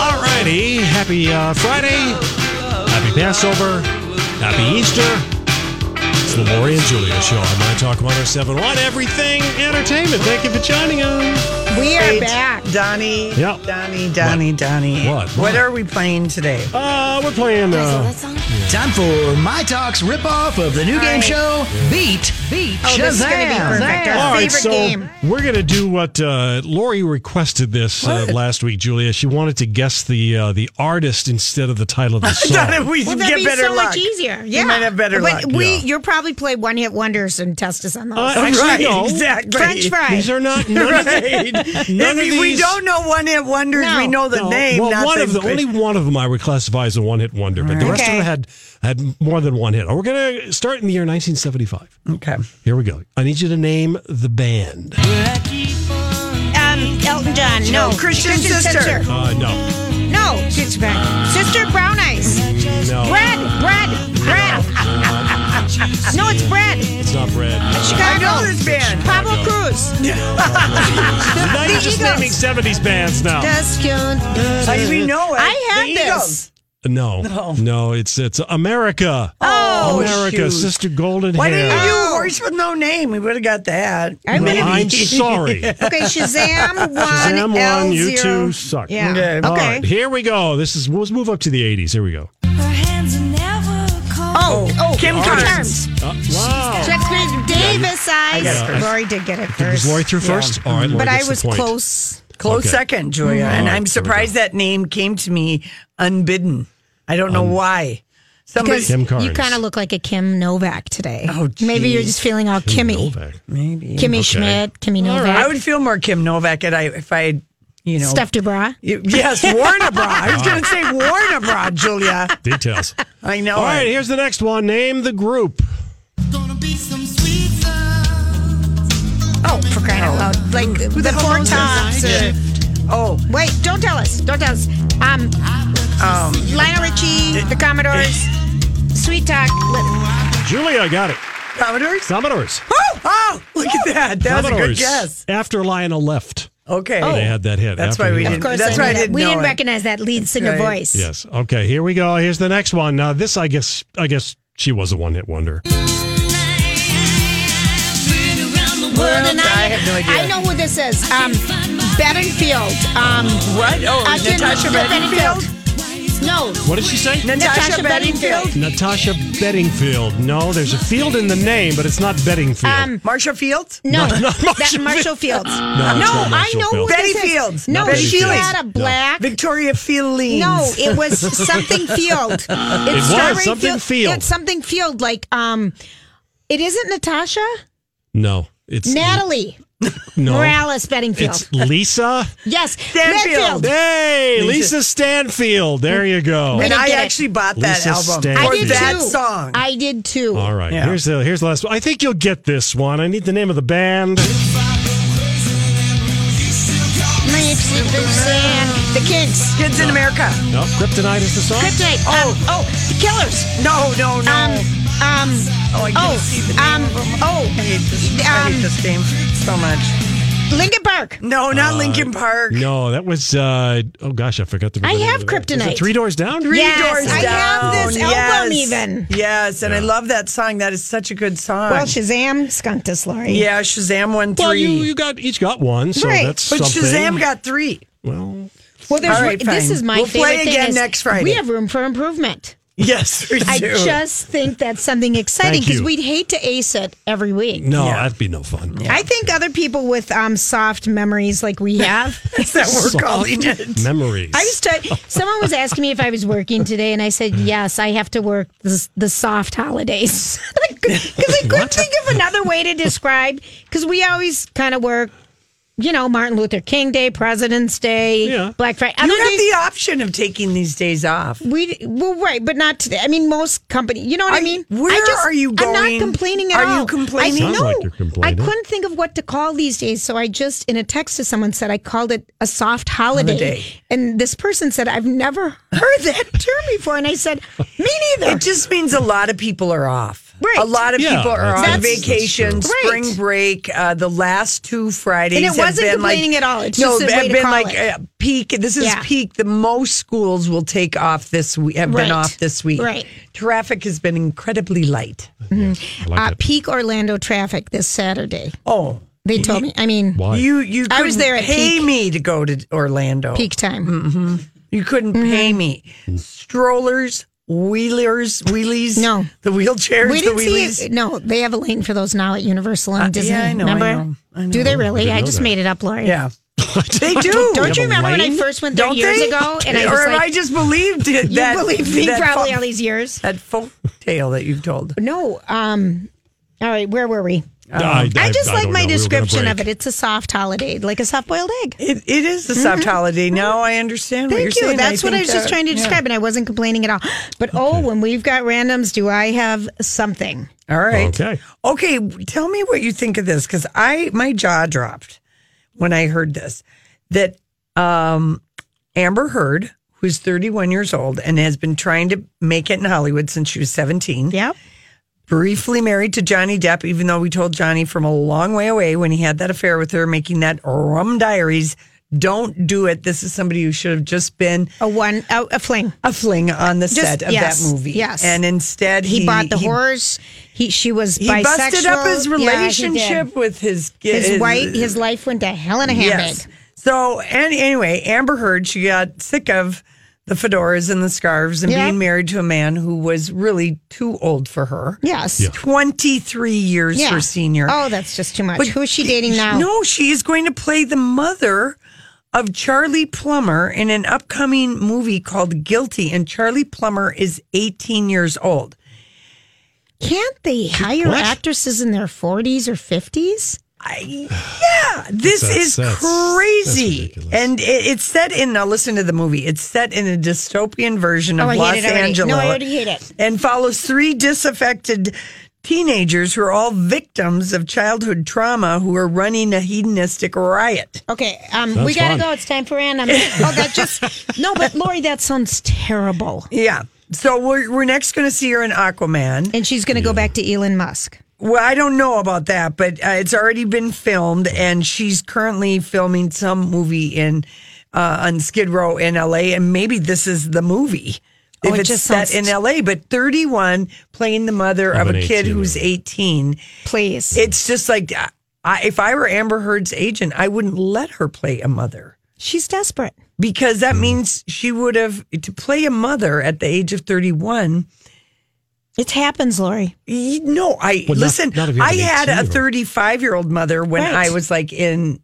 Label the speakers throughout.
Speaker 1: Alrighty, happy uh, Friday, happy Passover, happy Easter. It's the Lori and Julia Show on My Talk 1071, Everything Entertainment. Thank you for joining us.
Speaker 2: We are
Speaker 3: Wait,
Speaker 2: back.
Speaker 3: Donnie,
Speaker 1: Yeah.
Speaker 3: Donnie, Donnie, Donnie.
Speaker 1: What? What?
Speaker 3: What are we playing today?
Speaker 1: Uh, we're playing.
Speaker 3: Oh.
Speaker 1: Uh,
Speaker 4: Time for My Talk's ripoff of the new game show, Beat Beat
Speaker 2: Oh, this is gonna be perfect.
Speaker 3: Shazam.
Speaker 2: Our
Speaker 1: all right,
Speaker 2: favorite
Speaker 1: so
Speaker 2: game.
Speaker 1: we're gonna do what uh, Lori requested this uh, last week, Julia. She wanted to guess the uh, the artist instead of the title of the
Speaker 3: I thought
Speaker 1: song.
Speaker 3: if we
Speaker 2: Well, that'd
Speaker 3: get
Speaker 2: be
Speaker 3: better
Speaker 2: so
Speaker 3: luck.
Speaker 2: much easier. Yeah,
Speaker 3: We might have better
Speaker 2: but
Speaker 3: luck.
Speaker 2: we,
Speaker 1: Yeah.
Speaker 2: you'll probably play one hit wonders and test us on those.
Speaker 1: Uh, actually,
Speaker 3: right,
Speaker 1: no.
Speaker 3: exactly.
Speaker 2: French fry.
Speaker 1: These are not none of,
Speaker 3: Right.
Speaker 1: none of
Speaker 3: If we
Speaker 1: these-
Speaker 3: don't know one hit wonders.
Speaker 2: No.
Speaker 3: We know the
Speaker 1: No,
Speaker 3: name.
Speaker 1: Well,
Speaker 3: not
Speaker 1: one
Speaker 3: the
Speaker 1: of the only one of them I would classify as a one hit wonder, but the rest of
Speaker 2: Okay.
Speaker 1: them had had more than one hit. Oh, We're gonna start in the year 1975.
Speaker 3: Okay.
Speaker 1: Here we go. I need you to name the band.
Speaker 2: um, Elton John. No.
Speaker 3: Christian Sister.
Speaker 1: Uh, no,
Speaker 2: No. Sister Brown. Sister Brown Eyes.
Speaker 1: no,
Speaker 2: Bread. Bread. Bread. no, it's bread.
Speaker 1: it's not bread.
Speaker 2: Chicago.
Speaker 3: know this band.
Speaker 2: Pablo Cruz.
Speaker 1: now you're just
Speaker 2: Eagles.
Speaker 1: naming 70s bands now.
Speaker 2: That's cute.
Speaker 3: Like we know it.
Speaker 2: I have
Speaker 3: The
Speaker 2: this.
Speaker 3: Eagles.
Speaker 1: No, no, it's it's America.
Speaker 3: Oh,
Speaker 1: America,
Speaker 3: shoot.
Speaker 1: Sister Golden
Speaker 3: Why
Speaker 1: Hair.
Speaker 3: didn't you do horse with no name? We would have got that.
Speaker 2: I'm gonna
Speaker 1: Well,
Speaker 2: be-
Speaker 1: I'm sorry.
Speaker 2: Okay, Shazam one.
Speaker 1: Shazam
Speaker 2: L
Speaker 1: one, you
Speaker 2: zero.
Speaker 1: two suck.
Speaker 2: Yeah.
Speaker 3: Okay.
Speaker 2: Okay.
Speaker 1: All right, here we go. This is let's move up to the 80s. Here we go.
Speaker 2: Oh, oh,
Speaker 3: Kim Carnes.
Speaker 1: Uh, wow.
Speaker 2: Jacqueline Davis
Speaker 3: got
Speaker 2: eyes.
Speaker 3: it.
Speaker 2: Lori did get it
Speaker 1: Was
Speaker 2: first.
Speaker 1: Lori through first? All right, Lori
Speaker 2: But I
Speaker 1: gets the
Speaker 2: was
Speaker 1: point.
Speaker 2: close.
Speaker 3: Close
Speaker 1: Okay. Mm-hmm.
Speaker 3: second, Julia.
Speaker 1: All
Speaker 3: And
Speaker 1: right, here we
Speaker 3: I'm surprised that name came to me unbidden. I don't know why. Somebody.
Speaker 1: Kim Carnes.
Speaker 5: You kind of look like a Kim Novak today.
Speaker 3: Oh,
Speaker 5: Maybe you're
Speaker 3: geez.
Speaker 5: just feeling all
Speaker 1: Kim
Speaker 5: Kimmy.
Speaker 1: Novak.
Speaker 5: Kimmy Schmidt, Kimmy Novak.
Speaker 3: I would feel more Kim Novak if I, if I you know.
Speaker 5: Stuffed a bra.
Speaker 3: You- Yes, worn a bra. I was going to say worn a bra, Julia.
Speaker 1: Details.
Speaker 3: I know.
Speaker 1: All right,
Speaker 3: it.
Speaker 1: here's the next one. Name the group.
Speaker 2: Oh, for crying out loud. Like the four tops. or-
Speaker 3: Oh,
Speaker 2: Wait, don't tell us. Don't tell us. Um,
Speaker 3: Um,
Speaker 2: Lionel Richie, the Commodores, Sweet Talk. Li-
Speaker 1: Julia got it.
Speaker 3: Commodores.
Speaker 1: Commodores.
Speaker 3: Oh, oh, look at that. That was a good
Speaker 1: Commodores.
Speaker 3: guess.
Speaker 1: After Lionel left,
Speaker 3: Okay.
Speaker 1: they had that hit.
Speaker 3: That's
Speaker 1: After
Speaker 3: why
Speaker 1: he
Speaker 3: we
Speaker 1: left.
Speaker 3: didn't.
Speaker 2: Of course,
Speaker 3: that's
Speaker 2: I
Speaker 3: why I
Speaker 2: knew that.
Speaker 3: didn't
Speaker 5: we
Speaker 3: know
Speaker 5: didn't
Speaker 3: it.
Speaker 5: recognize that lead singer
Speaker 3: Right.
Speaker 5: voice.
Speaker 1: Yes. Okay. Here we go. Here's the next one. Now this, I guess, I guess she was a one-hit wonder.
Speaker 5: Well, then
Speaker 3: I have no idea.
Speaker 5: I know who this is. Um, Bedingfield. Um,
Speaker 3: What? Oh,
Speaker 5: I didn't-
Speaker 3: Natasha Bedingfield.
Speaker 5: No,
Speaker 1: What did she say?
Speaker 3: Natasha
Speaker 5: Natasha
Speaker 3: Bedingfield.
Speaker 5: Bedingfield.
Speaker 1: Natasha Bedingfield. No, there's a field in the name, but it's not Bedingfield.
Speaker 5: Um,
Speaker 3: Marsha Fields.
Speaker 5: no,
Speaker 1: Not- not
Speaker 5: that
Speaker 1: Marshall
Speaker 5: Marshall Fields. No,
Speaker 1: not
Speaker 5: I
Speaker 1: Marshall
Speaker 5: know who
Speaker 1: Fields.
Speaker 5: this
Speaker 3: Betty
Speaker 5: is.
Speaker 3: Fields.
Speaker 5: No,
Speaker 3: Not
Speaker 1: Betty
Speaker 5: she
Speaker 1: Fields.
Speaker 5: had a
Speaker 1: No.
Speaker 5: black.
Speaker 3: Victoria Fieldings.
Speaker 5: No, it was something field. It's
Speaker 1: was
Speaker 5: strawberry
Speaker 1: something field.
Speaker 5: It's something field. Like um, it isn't Natasha.
Speaker 1: no, it's
Speaker 5: Natalie
Speaker 1: no.
Speaker 5: Morales Bedingfield.
Speaker 1: It's Lisa.
Speaker 5: yes,
Speaker 3: Stanfield.
Speaker 5: Redfield.
Speaker 1: Hey, Lisa Stanfield. There you go.
Speaker 3: And
Speaker 5: didn't
Speaker 3: I
Speaker 5: get it.
Speaker 3: actually bought that
Speaker 1: Lisa
Speaker 3: album
Speaker 1: Stanfield.
Speaker 3: for
Speaker 5: I did
Speaker 3: that
Speaker 5: too.
Speaker 3: song.
Speaker 5: I did too.
Speaker 1: All right.
Speaker 3: Yeah.
Speaker 1: Here's the here's the last one. I think you'll get this one. I need the name of the band.
Speaker 5: Leaves in the sand. The kids.
Speaker 3: Kids in America.
Speaker 1: No, Kryptonite is the song.
Speaker 5: Kryptonite. Oh, oh, the killers.
Speaker 3: No, no, no.
Speaker 5: Um, um,
Speaker 3: oh, I can't
Speaker 5: oh,
Speaker 3: see the name
Speaker 5: um,
Speaker 3: of them.
Speaker 5: oh,
Speaker 3: I hate this. I hate
Speaker 5: um,
Speaker 3: this game so much.
Speaker 5: Lincoln Park.
Speaker 3: No, not Lincoln Park.
Speaker 1: No, that was uh oh gosh, I forgot the.
Speaker 5: I
Speaker 1: the name
Speaker 5: have
Speaker 1: of it. Is it
Speaker 5: Kryptonite.
Speaker 1: Three Doors Down.
Speaker 3: Three
Speaker 5: Yes,
Speaker 3: doors
Speaker 5: I have
Speaker 3: down.
Speaker 5: this album even.
Speaker 3: Yes, and I
Speaker 1: Yeah.
Speaker 3: love that song. That is such a good song.
Speaker 5: Well, Shazam skunked us, Lori.
Speaker 3: yeah, Shazam won three.
Speaker 1: Well, you you got each got one, so
Speaker 5: Right.
Speaker 1: that's
Speaker 3: but
Speaker 1: something.
Speaker 3: Shazam got three.
Speaker 1: well.
Speaker 5: Well, there's
Speaker 3: All right,
Speaker 5: this
Speaker 3: fine.
Speaker 5: is my
Speaker 3: We'll play
Speaker 5: favorite thing
Speaker 3: again
Speaker 5: is
Speaker 3: next Friday.
Speaker 5: We have room for improvement.
Speaker 3: Yes, we
Speaker 5: I
Speaker 3: do.
Speaker 5: just think that's something exciting
Speaker 1: Thank
Speaker 5: because
Speaker 1: you.
Speaker 5: we'd hate to ace it every week.
Speaker 1: No, that'd be no fun.
Speaker 5: I think other people with um, soft memories like we have.
Speaker 3: That's what we're calling it.
Speaker 1: Memories.
Speaker 5: I was t- someone was asking me if I was working today, and I said yes. I have to work the, the soft holidays because I couldn't think of another way to describe. Because we always kind of work, you know, Martin Luther King Day, President's Day,
Speaker 1: Yeah.
Speaker 5: Black Friday.
Speaker 3: You
Speaker 5: Other
Speaker 3: have
Speaker 5: days-
Speaker 3: the option of taking these days off.
Speaker 5: We well, right, but not today. I mean, most company. You know what I,
Speaker 3: Are-
Speaker 5: mean?
Speaker 3: where
Speaker 5: I
Speaker 3: are you
Speaker 5: I'm
Speaker 3: going?
Speaker 5: not complaining at
Speaker 3: Are
Speaker 5: all.
Speaker 3: you complaining?
Speaker 5: I,
Speaker 1: Sounds
Speaker 5: no,
Speaker 1: like you're complaining.
Speaker 5: I couldn't think of what to call these days, so I just in a text to someone said I called it a soft holiday,
Speaker 3: Holiday.
Speaker 5: and this person said I've never heard that term before, and I said me neither.
Speaker 3: It just means a lot of people are off.
Speaker 5: Right.
Speaker 3: A lot of
Speaker 1: Yeah,
Speaker 3: people are
Speaker 1: that's-
Speaker 3: on
Speaker 1: that's- that's
Speaker 3: vacation,
Speaker 1: true.
Speaker 5: Right.
Speaker 3: spring break. Uh, the last two Fridays,
Speaker 5: And it
Speaker 3: have
Speaker 5: wasn't
Speaker 3: been
Speaker 5: complaining
Speaker 3: like,
Speaker 5: at all. It's
Speaker 3: no,
Speaker 5: just a way
Speaker 3: have
Speaker 5: to
Speaker 3: been
Speaker 5: call
Speaker 3: like
Speaker 5: it.
Speaker 3: uh, peak. This is
Speaker 5: Yeah.
Speaker 3: peak. The most schools will take off this week. Have
Speaker 5: Right.
Speaker 3: been off this week.
Speaker 5: Right.
Speaker 3: Traffic has been incredibly light.
Speaker 1: I like
Speaker 5: uh,
Speaker 1: it.
Speaker 5: peak Orlando traffic this Saturday.
Speaker 3: Oh,
Speaker 5: They told me. I mean,
Speaker 1: Why?
Speaker 3: you you
Speaker 5: I was
Speaker 3: couldn't
Speaker 5: there at
Speaker 3: pay
Speaker 5: peak.
Speaker 3: me to go to Orlando.
Speaker 5: peak Mm-hmm. time.
Speaker 3: Mm-hmm. You couldn't pay me.
Speaker 1: Mm.
Speaker 3: Strollers, wheelers, wheelies.
Speaker 5: No.
Speaker 3: the wheelchairs.
Speaker 5: We
Speaker 3: the
Speaker 5: didn't see
Speaker 3: wheelies.
Speaker 5: it. No, they have a lane for those now at Universal and
Speaker 3: Uh,
Speaker 5: Disney.
Speaker 3: yeah, I know, I
Speaker 5: remember?
Speaker 3: know, I know.
Speaker 5: Do they really?
Speaker 1: didn't
Speaker 5: I,
Speaker 1: know
Speaker 5: just
Speaker 1: that.
Speaker 5: made it up, Lori.
Speaker 3: Yeah, they do.
Speaker 5: Don't you
Speaker 1: have a
Speaker 5: remember when I
Speaker 1: lane?
Speaker 5: first went there
Speaker 3: Don't
Speaker 5: years
Speaker 3: they?
Speaker 5: ago? And I
Speaker 3: or
Speaker 5: was
Speaker 3: have
Speaker 5: like,
Speaker 3: I just believed it.
Speaker 5: you
Speaker 3: that,
Speaker 5: believe me
Speaker 3: that
Speaker 5: probably
Speaker 3: fo-
Speaker 5: all these years?
Speaker 3: that folk tale that you've told.
Speaker 5: No. Um. All right, where were we?
Speaker 1: I,
Speaker 5: um, I just
Speaker 1: I
Speaker 5: like
Speaker 1: don't
Speaker 5: my
Speaker 1: know. We were gonna
Speaker 5: description of
Speaker 1: break.
Speaker 5: it. It's a soft holiday, like a soft boiled egg.
Speaker 3: It, it is the soft holiday. Now I understand what
Speaker 5: Mm-hmm. Thank
Speaker 3: Oh, you're
Speaker 5: you.
Speaker 3: saying.
Speaker 5: That's what I
Speaker 3: think
Speaker 5: was just
Speaker 3: that-
Speaker 5: trying to
Speaker 3: yeah.
Speaker 5: describe, and I wasn't complaining at all. But oh, when we've got randoms, do I have something?
Speaker 3: All right.
Speaker 1: Okay.
Speaker 3: Okay, tell me what you think of this because I my jaw dropped when I heard this that um, Amber Heard, who's 31 years old and has been trying to make it in Hollywood since she was 17,
Speaker 5: Yep.
Speaker 3: briefly married to Johnny Depp, even though we told Johnny from a long way away when he had that affair with her, making that rum diaries. Don't do it. This is somebody who should have just been
Speaker 5: A one, a, a fling.
Speaker 3: a fling on the
Speaker 5: Just-
Speaker 3: set of
Speaker 5: yes,
Speaker 3: that movie.
Speaker 5: yes.
Speaker 3: And instead,
Speaker 5: He,
Speaker 3: he,
Speaker 5: bought the
Speaker 3: he
Speaker 5: horse. He she was
Speaker 3: he
Speaker 5: bisexual.
Speaker 3: busted up his
Speaker 5: Yeah, he did.
Speaker 3: relationship with his
Speaker 5: his, wife, his life went to hell in a handbag.
Speaker 3: yes. So and anyway, Amber Heard she got sick of the fedoras and the scarves and
Speaker 5: Yeah.
Speaker 3: being married to a man who was really too old for her.
Speaker 5: Yes.
Speaker 3: twenty three years
Speaker 5: Yeah.
Speaker 3: her senior.
Speaker 5: Oh, that's just too much. Who is she dating now?
Speaker 3: No, she is going to play the mother of Charlie Plummer in an upcoming movie called Guilty, and Charlie Plummer is eighteen years old.
Speaker 5: Can't they hire
Speaker 1: What?
Speaker 5: actresses in their 40s or 50s?
Speaker 3: This
Speaker 1: That's-
Speaker 3: is
Speaker 1: that's- that's
Speaker 3: crazy.
Speaker 1: ridiculous.
Speaker 3: and it, it's set in, now listen to the movie. It's set in a dystopian version of
Speaker 5: Oh, I hate
Speaker 3: Los
Speaker 5: it already.
Speaker 3: Angeles.
Speaker 5: No, I already hate it.
Speaker 3: And follows three disaffected teenagers who are all victims of childhood trauma who are running a hedonistic riot.
Speaker 5: Okay, um,
Speaker 1: Sounds
Speaker 5: we gotta
Speaker 1: fun.
Speaker 5: go. It's time for random. oh, that just no, but Lori, that sounds terrible.
Speaker 3: Yeah. So we're, we're next going to see her in Aquaman.
Speaker 5: And she's gonna go back to Elon Musk.
Speaker 3: Well, I don't know about that, but uh, it's already been filmed, and she's currently filming some movie in uh, on Skid Row in L.A. And maybe this is the movie. If
Speaker 5: Oh, it
Speaker 3: it's
Speaker 5: just
Speaker 3: set
Speaker 5: sounds-
Speaker 3: in L.A., but 31 playing the mother of,
Speaker 1: an
Speaker 3: a kid
Speaker 1: 18-year-old.
Speaker 3: who's 18,
Speaker 5: Please,
Speaker 3: it's just like uh, I, if I were Amber Heard's agent, I wouldn't let her play a mother
Speaker 5: she's desperate.
Speaker 3: because that means she would have to play a mother at the age of 31.
Speaker 5: It happens, Lori.
Speaker 3: Y- No, I
Speaker 1: Well, not-
Speaker 3: listen.
Speaker 1: not if you have
Speaker 3: I
Speaker 1: an
Speaker 3: had a
Speaker 1: 18-year-old.
Speaker 3: 35 year old mother when
Speaker 5: Right.
Speaker 3: I was like in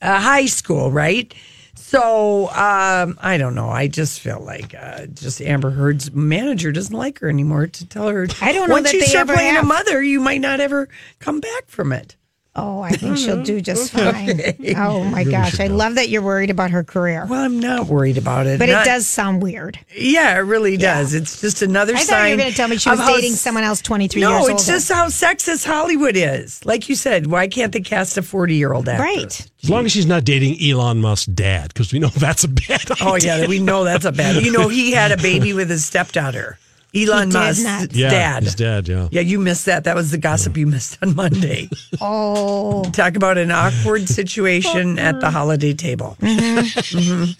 Speaker 3: uh, high school, right? So um, I don't know. I just feel like uh, just Amber Heard's manager doesn't like her anymore to tell her.
Speaker 5: I don't know
Speaker 3: Once
Speaker 5: that
Speaker 3: you
Speaker 5: they
Speaker 3: start
Speaker 5: ever
Speaker 3: playing
Speaker 5: have.
Speaker 3: a mother, you might not ever come back from it.
Speaker 5: Oh, I think she'll do just fine. Oh my gosh, I love that you're worried about her career,
Speaker 3: Well, I'm not worried about it.
Speaker 5: but
Speaker 3: Not-
Speaker 5: it does sound weird.
Speaker 3: Yeah, it really does. It's just another
Speaker 5: I
Speaker 3: sign.
Speaker 5: thought you were going to tell me she
Speaker 3: of
Speaker 5: was
Speaker 3: how
Speaker 5: dating
Speaker 3: s-
Speaker 5: someone else 23
Speaker 3: No,
Speaker 5: years
Speaker 3: it's
Speaker 5: older.
Speaker 3: just how sexist Hollywood is. Like you said, why can't they cast a 40 year old actor?
Speaker 5: right.
Speaker 1: As long as she's not dating Elon Musk's dad, because we know that's a bad idea.
Speaker 3: Oh yeah, we know that's a bad. You know, he had a baby with his stepdaughter, Elon
Speaker 5: did
Speaker 3: Musk's
Speaker 5: not.
Speaker 1: yeah,
Speaker 3: dad.
Speaker 1: His dad, yeah.
Speaker 3: Yeah, you missed that. That was the gossip you missed on Monday.
Speaker 5: Oh,
Speaker 3: Talk about an awkward situation at the holiday table.
Speaker 5: Mm. is,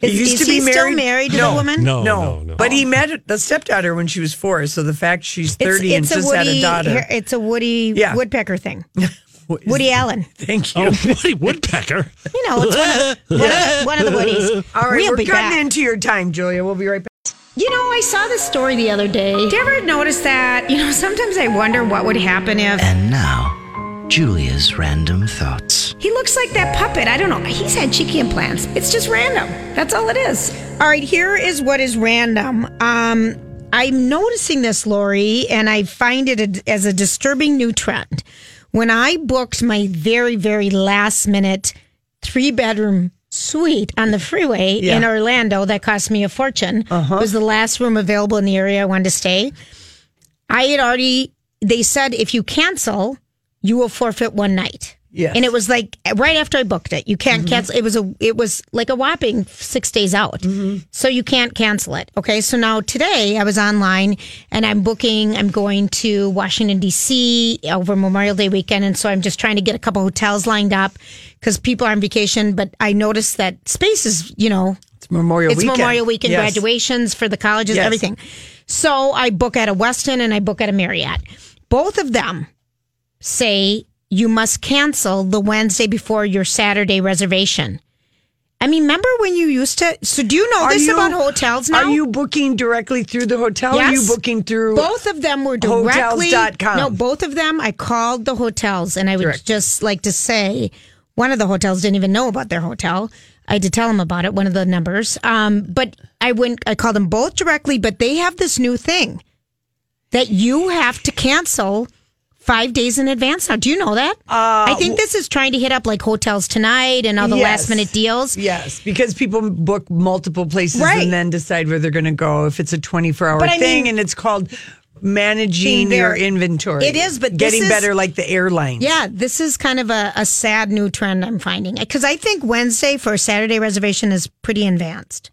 Speaker 3: used
Speaker 5: is
Speaker 3: to be
Speaker 5: he still
Speaker 3: married-
Speaker 5: married to
Speaker 3: No.
Speaker 5: the woman?
Speaker 1: No,
Speaker 3: no,
Speaker 1: no, no.
Speaker 3: but he met the stepdaughter when she was four. So the fact she's
Speaker 5: Oh. It's,
Speaker 3: thirty
Speaker 5: it's
Speaker 3: and
Speaker 5: a
Speaker 3: just
Speaker 5: Woody,
Speaker 3: had a daughter.
Speaker 5: It's a Woody
Speaker 3: Yeah.
Speaker 5: woodpecker thing.
Speaker 3: What is-
Speaker 5: Woody Allen.
Speaker 3: Thank you.
Speaker 1: Oh, Woody Woodpecker.
Speaker 5: You know, it's one of, one of, one of the Woodies.
Speaker 3: All right,
Speaker 5: we'll
Speaker 3: we're
Speaker 5: be
Speaker 3: cutting
Speaker 5: back.
Speaker 3: into your time, Julia. We'll be right back.
Speaker 6: You know, I saw this story the other day.
Speaker 2: Do you ever notice that? You know, sometimes I wonder what would happen if
Speaker 4: And now, Julia's random thoughts.
Speaker 2: he looks like that puppet. I don't know. He's had cheeky implants. It's just random. That's all it is.
Speaker 5: All right, here is what is random. Um, I'm noticing this, Lori, and I find it a, as a disturbing new trend. When I booked my very, very last minute three bedroom suite on the freeway in Orlando, that cost me a fortune,
Speaker 2: Uh-huh.
Speaker 5: it was the last room available in the area I wanted to stay. I had already, they said, if you cancel, you will forfeit one night.
Speaker 3: Yes.
Speaker 5: And it was like right after I booked it. You can't cancel. It was a it was like a whopping 6 days out. So you can't cancel it. Okay? So now today I was online and I'm booking I'm going to Washington DC over Memorial Day weekend and so I'm just trying to get a couple hotels lined up cuz people are on vacation but I noticed that space is, you know,
Speaker 3: It's Memorial
Speaker 5: it's
Speaker 3: Weekend.
Speaker 5: Memorial Weekend
Speaker 3: Yes.
Speaker 5: graduations for the colleges,
Speaker 3: Yes.
Speaker 5: everything. So I book at a Weston and I book at a Marriott. Both of them say you must cancel the Wednesday before your Saturday reservation. I mean, remember when you used to? So do you know
Speaker 3: Are
Speaker 5: this
Speaker 3: you-
Speaker 5: about hotels now?
Speaker 3: Are you booking directly through the hotel? Or are you
Speaker 5: Yes.
Speaker 3: booking through?
Speaker 5: both of them were directly
Speaker 3: Hotels.com.
Speaker 5: no both of them i called the hotels and i would just like to say one of the hotels didn't even know about their hotel i had to tell them about it one of the numbers um, but i went i called them both directly but they have this new thing that you have to cancel five days in advance now do you know that i think this is trying to hit up like hotels tonight and all the
Speaker 3: Uh, Yes.
Speaker 5: last minute deals
Speaker 3: Yes, because people book multiple places
Speaker 5: Right.
Speaker 3: and then decide where they're going to go. If it's a twenty-four hour
Speaker 5: But I
Speaker 3: thing,
Speaker 5: mean-
Speaker 3: and it's called managing
Speaker 5: Their-
Speaker 3: your inventory.
Speaker 5: It is, but this
Speaker 3: getting
Speaker 5: is-
Speaker 3: better like the airlines.
Speaker 5: Yeah, this is kind of a, a sad new trend I'm finding because I think Wednesday for a Saturday reservation is pretty advanced.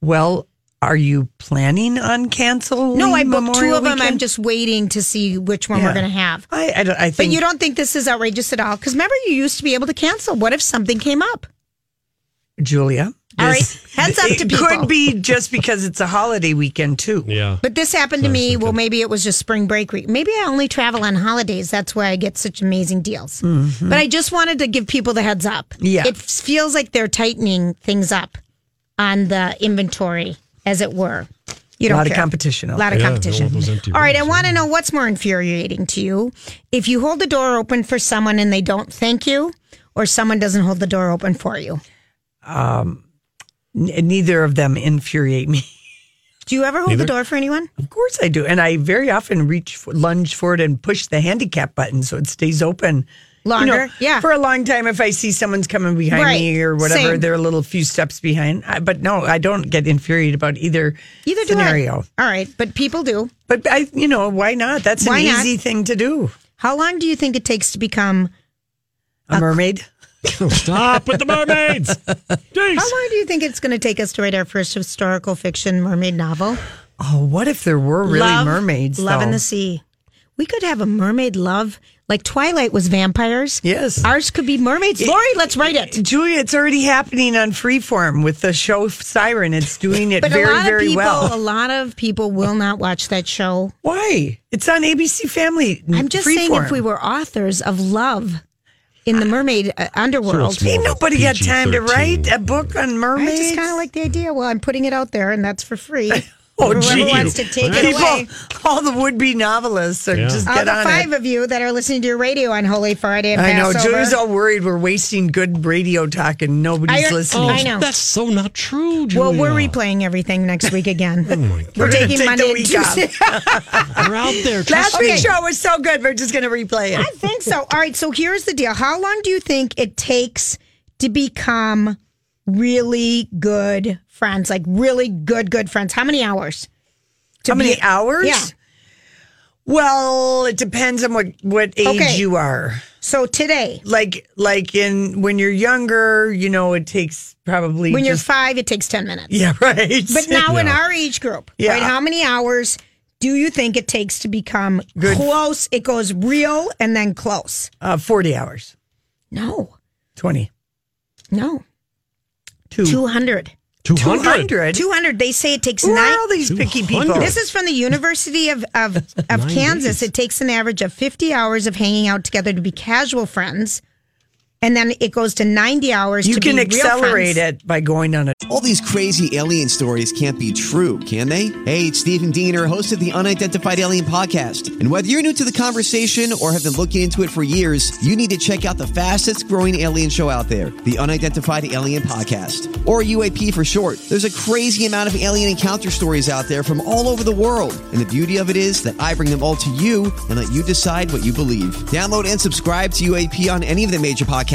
Speaker 3: Well, are you planning on canceling?
Speaker 5: No, I booked
Speaker 3: Memorial
Speaker 5: two of them. I'm
Speaker 3: Weekend?
Speaker 5: just waiting to see which one
Speaker 3: Yeah.
Speaker 5: we're going to have.
Speaker 3: I, I, don't- I
Speaker 5: But
Speaker 3: think
Speaker 5: you don't think this is outrageous at all? Because remember, you used to be able to cancel. What if something came up?
Speaker 3: Julia.
Speaker 5: All right,
Speaker 3: this-
Speaker 5: heads up
Speaker 3: it
Speaker 5: to people.
Speaker 3: Could be just because it's a holiday weekend too.
Speaker 1: Yeah.
Speaker 5: But this happened to me. Well, maybe it was just spring break week. Maybe I only travel on holidays. That's why I get such amazing deals. But I just wanted to give people the heads up.
Speaker 3: Mm-hmm. Yeah.
Speaker 5: It feels like they're tightening things up on the inventory, as it were. You
Speaker 3: A
Speaker 5: don't
Speaker 3: lot of
Speaker 5: care.
Speaker 3: competition. out
Speaker 5: A lot of
Speaker 1: Yeah,
Speaker 5: competition.
Speaker 1: all those empty
Speaker 5: All right, I
Speaker 1: rooms,
Speaker 5: want to know what's more infuriating to you. If you hold the door open for someone and they don't thank you, or someone doesn't hold the door open for you.
Speaker 3: N- neither of them infuriate me.
Speaker 5: Do you ever hold
Speaker 1: Neither.
Speaker 5: the door for anyone?
Speaker 3: Of course I do, and I very often reach, for, lunge forward, and push the handicap button so it stays open You know,
Speaker 5: Longer? Yeah.
Speaker 3: for a long time. If I see someone's coming behind
Speaker 5: Right.
Speaker 3: me or whatever,
Speaker 5: Same.
Speaker 3: they're a little few steps behind. I, but no, I don't get infuriated about either
Speaker 5: Either do I.
Speaker 3: scenario.
Speaker 5: All right, but people do.
Speaker 3: But I, you know, why not? That's
Speaker 5: Why
Speaker 3: an
Speaker 5: not?
Speaker 3: easy thing to do.
Speaker 5: How long do you think it takes to become?
Speaker 3: A mermaid.
Speaker 1: Stop with the mermaids. Jeez.
Speaker 5: How long do you think it's going to take us to write our first historical fiction mermaid novel?
Speaker 3: Oh, what if there were really
Speaker 5: Love-
Speaker 3: mermaids?
Speaker 5: love in
Speaker 3: though?
Speaker 5: the sea. We could have a mermaid love, like Twilight was vampires.
Speaker 3: Yes.
Speaker 5: ours could be mermaids. Lori, let's write it.
Speaker 3: Julia, it's already happening on Freeform with the show Siren. It's doing it
Speaker 5: But
Speaker 3: very,
Speaker 5: a lot
Speaker 3: very
Speaker 5: of people,
Speaker 3: well.
Speaker 5: a lot of people will not watch that show.
Speaker 3: Why? It's on ABC Family.
Speaker 5: I'm just saying, if
Speaker 3: Freeform.
Speaker 5: we were authors of love in the mermaid uh, underworld,
Speaker 1: more-
Speaker 3: Ain't nobody got time to write a book on
Speaker 5: I
Speaker 3: mermaids.
Speaker 5: just kind of like the idea. Well, I'm putting it out there, and that's for free.
Speaker 3: Oh,
Speaker 5: Whoever
Speaker 3: gee.
Speaker 5: wants to take it
Speaker 3: people,
Speaker 5: away.
Speaker 3: all the would-be novelists are
Speaker 1: Yeah.
Speaker 3: just
Speaker 5: All
Speaker 3: get
Speaker 5: the
Speaker 3: on
Speaker 5: five
Speaker 3: it.
Speaker 5: of you that are listening to your radio on Holy Friday and
Speaker 3: I know.
Speaker 5: Passover.
Speaker 3: Julia's all worried we're wasting good radio talk and
Speaker 5: I-
Speaker 3: nobody's listening.
Speaker 5: I know.
Speaker 1: Oh, That's so not true, Julia.
Speaker 5: well, we're replaying everything next week again. We're
Speaker 3: gonna
Speaker 5: taking
Speaker 3: Oh take the
Speaker 5: Monday and
Speaker 3: week off.
Speaker 5: Tuesday.
Speaker 1: We're out there.
Speaker 3: Last
Speaker 1: Trust me.
Speaker 3: week's show was so good. We're just going to replay
Speaker 5: I
Speaker 3: it.
Speaker 5: think so. All right. So here's the deal. How long do you think it takes to become really good friends? Like really good, good friends. How many hours? To
Speaker 3: How many hours?
Speaker 5: Yeah.
Speaker 3: Well, it depends on what what age
Speaker 5: Okay.
Speaker 3: you are.
Speaker 5: So today,
Speaker 3: Like like in when you're younger, you know, it takes probably
Speaker 5: when you're
Speaker 3: just,
Speaker 5: five, it takes 10 minutes.
Speaker 3: yeah right.
Speaker 5: But now in our age group,
Speaker 3: Yeah.
Speaker 5: right? How many hours do you think it takes to become close? It goes real and then close.
Speaker 3: uh, forty hours,
Speaker 5: No,
Speaker 3: twenty
Speaker 5: no.
Speaker 3: two.
Speaker 5: 200.
Speaker 7: 200.
Speaker 3: 200.
Speaker 5: 200. They say it takes
Speaker 3: Who are
Speaker 5: nine.
Speaker 3: all these picky
Speaker 7: 200?
Speaker 3: people?
Speaker 5: This is from the University of, of, of Kansas. It takes an average of 50 hours of hanging out together to be casual friends. And then it goes to 90 hours
Speaker 3: you
Speaker 5: to
Speaker 3: can
Speaker 5: be real
Speaker 3: accelerate
Speaker 5: friends.
Speaker 3: it by going on a
Speaker 8: All these crazy alien stories can't be true, can they? Hey, it's Stephen Diener, host of the Unidentified Alien Podcast. And whether you're new to the conversation or have been looking into it for years, you need to check out the fastest growing alien show out there, the Unidentified Alien Podcast, or UAP for short. There's a crazy amount of alien encounter stories out there from all over the world. And the beauty of it is that I bring them all to you and let you decide what you believe. Download and subscribe to UAP on any of the major podcasting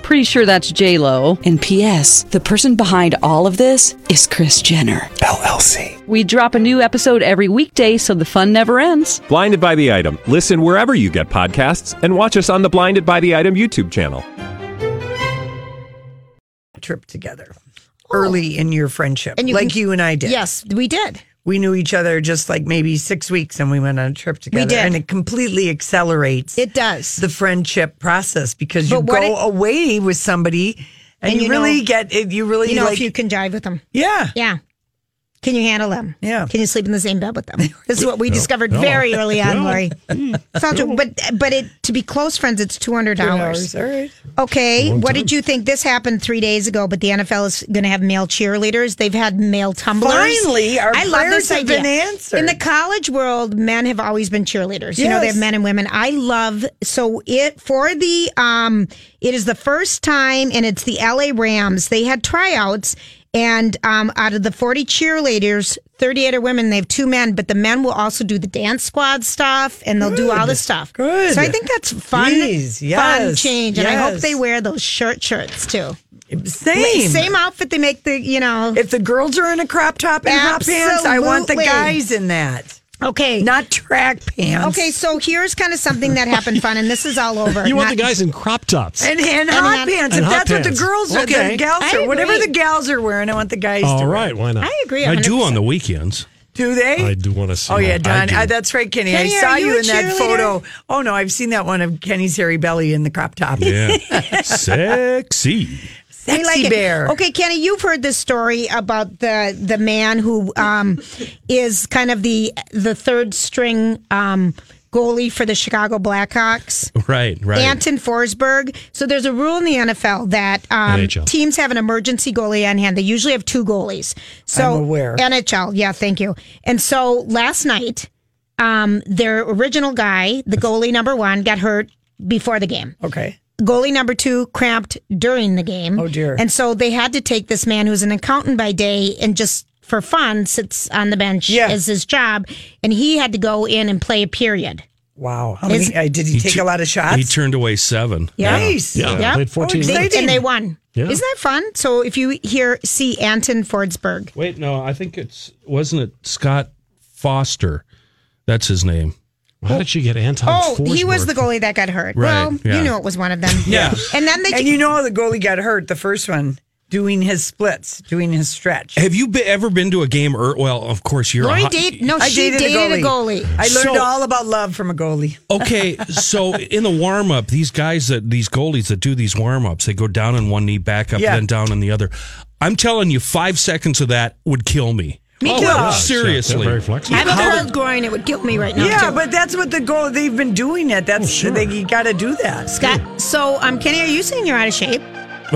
Speaker 9: Pretty sure that's J Lo.
Speaker 10: And P.S. The person behind all of this is Chris Jenner.
Speaker 11: LLC.
Speaker 9: We drop a new episode every weekday, so the fun never ends.
Speaker 11: Blinded by the item. Listen wherever you get podcasts, and watch us on the Blinded by the Item YouTube channel.
Speaker 3: trip together early in your friendship,
Speaker 5: Oh. And you
Speaker 3: like
Speaker 5: can-
Speaker 3: you and I did.
Speaker 5: Yes, we did.
Speaker 3: We knew each other just like maybe six weeks and we went on a trip together.
Speaker 5: did.
Speaker 3: And it completely accelerates
Speaker 5: It does.
Speaker 3: the friendship process because you
Speaker 5: But what
Speaker 3: go
Speaker 5: it-
Speaker 3: away with somebody and,
Speaker 5: And
Speaker 3: you,
Speaker 5: you
Speaker 3: really
Speaker 5: know-
Speaker 3: get it. You really
Speaker 5: you know,
Speaker 3: like,
Speaker 5: if you can jive with them.
Speaker 3: yeah.
Speaker 5: Yeah. Can you handle them?
Speaker 3: Yeah.
Speaker 5: Can you sleep in the same bed with them? This is what we discovered
Speaker 7: No.
Speaker 5: very early on,
Speaker 7: No.
Speaker 5: Lori. It's not true. But but it to be close friends, it's two hundred dollars.
Speaker 3: All right.
Speaker 5: Okay, what did you think? This happened three days ago, but the NFL is going to have male cheerleaders. They've had male tumblers.
Speaker 3: Finally, our
Speaker 5: I love this
Speaker 3: prayers have
Speaker 5: idea.
Speaker 3: been answered.
Speaker 5: In the college world, men have always been cheerleaders. You know, they
Speaker 3: Yes.
Speaker 5: have men and women. I love so it for the um. It is the first time, and it's the LA Rams. They had tryouts, and um, out of the forty cheerleaders. 38 are women, they have two men, but the men will also do the dance squad stuff and they'll do all this stuff.
Speaker 3: Good.
Speaker 5: So I think that's fun,
Speaker 3: Jeez,
Speaker 5: fun
Speaker 3: yes,
Speaker 5: change. And I hope
Speaker 3: yes.
Speaker 5: they wear those shirt shirts too.
Speaker 3: Same.
Speaker 5: Same outfit they make the, you know.
Speaker 3: If the girls are in a crop top and hot pants, I want the
Speaker 5: Absolutely.
Speaker 3: guys in that,
Speaker 5: Okay.
Speaker 3: not track pants.
Speaker 5: okay, so here's kind of something that happened fun, and this is all over.
Speaker 7: You want the
Speaker 5: Not-
Speaker 7: guys in crop tops.
Speaker 3: And, and, hot
Speaker 5: hot-
Speaker 3: pants.
Speaker 7: And
Speaker 3: if
Speaker 7: hot
Speaker 3: that's what
Speaker 7: pants.
Speaker 3: the girls are,
Speaker 7: Okay.
Speaker 3: the gals
Speaker 5: I
Speaker 3: are, whatever
Speaker 5: agree.
Speaker 3: the gals are wearing, I want the guys to
Speaker 7: All
Speaker 3: wear.
Speaker 7: right, why not?
Speaker 5: I agree
Speaker 7: I do on
Speaker 5: 100%.
Speaker 7: the weekends.
Speaker 3: Do they?
Speaker 7: I do wanna see
Speaker 3: Oh yeah,
Speaker 7: that. I
Speaker 3: Don.
Speaker 7: do.
Speaker 3: I that's right, Kenny.
Speaker 5: Kenny,
Speaker 3: I
Speaker 5: are
Speaker 3: saw
Speaker 5: you
Speaker 3: you,
Speaker 5: a
Speaker 3: in that
Speaker 5: cheerleader?
Speaker 3: photo. Oh no, I've seen that one of Kenny's hairy belly in the crop top.
Speaker 7: Yeah. Sexy.
Speaker 3: Sexy
Speaker 5: We like it.
Speaker 3: bear.
Speaker 5: Okay, Kenny, you've heard this story about the the man who um, is kind of the the third string um, goalie for the Chicago Blackhawks.
Speaker 7: Right, right.
Speaker 5: Anton Forsberg. So there's a rule in the NFL that um,
Speaker 7: NHL.
Speaker 5: teams have an emergency goalie on hand. They usually have two goalies. So
Speaker 3: I'm aware.
Speaker 5: NHL, yeah, thank you. And so last night, um, their original guy, the goalie number one, got hurt before the game.
Speaker 3: Okay.
Speaker 5: Goalie number two cramped during the game.
Speaker 3: Oh, dear.
Speaker 5: And so they had to take this man who's an accountant by day and just for fun sits on the bench
Speaker 3: Yeah.
Speaker 5: as his job, and he had to go in and play a period.
Speaker 3: Wow. How many, uh, did he take
Speaker 7: tu-
Speaker 3: a lot of
Speaker 7: He
Speaker 3: shots?
Speaker 7: turned away seven.
Speaker 3: Nice.
Speaker 7: Yeah.
Speaker 5: Yeah.
Speaker 7: Played
Speaker 5: Oh,
Speaker 7: 14
Speaker 3: exactly.
Speaker 7: minutes.
Speaker 5: They,
Speaker 3: Exciting.
Speaker 5: and they won.
Speaker 7: Yeah.
Speaker 5: Isn't that fun? So if you hear see Anton Fordsberg,
Speaker 11: Wait, no, I think it's
Speaker 7: Wasn't it Scott Foster? That's his name. How did she get Anton
Speaker 5: oh, he was
Speaker 7: Forsberg?
Speaker 5: the goalie that got hurt.
Speaker 7: Right,
Speaker 5: Well,
Speaker 7: yeah.
Speaker 5: you knew it was one of them.
Speaker 7: Yeah.
Speaker 5: And then they
Speaker 3: and you know how the goalie got hurt, the first one, doing his splits, doing his stretch.
Speaker 11: Have you be- ever been to a game? Or well, of course you're. a
Speaker 5: Lori
Speaker 11: hot-
Speaker 5: date no,
Speaker 3: I
Speaker 5: she
Speaker 3: dated, a goalie. I learned
Speaker 11: So-
Speaker 3: all about love from a goalie.
Speaker 11: Okay, so in the warm up, these guys that these goalies that do these warm ups, they go down on one knee, back up,
Speaker 3: Yeah.
Speaker 11: then down on the other. I'm telling you, five seconds of that would kill me.
Speaker 3: Me
Speaker 11: Oh,
Speaker 3: too.
Speaker 11: wow.
Speaker 3: Yeah,
Speaker 11: Seriously.
Speaker 7: They're very flexible.
Speaker 5: I have a cold groin. It would kill me right now.
Speaker 3: Yeah,
Speaker 5: too.
Speaker 3: but that's what the goal they've been doing it. That's they you gotta do that.
Speaker 5: Scott. So, um, Kenny, are you saying you're out of shape?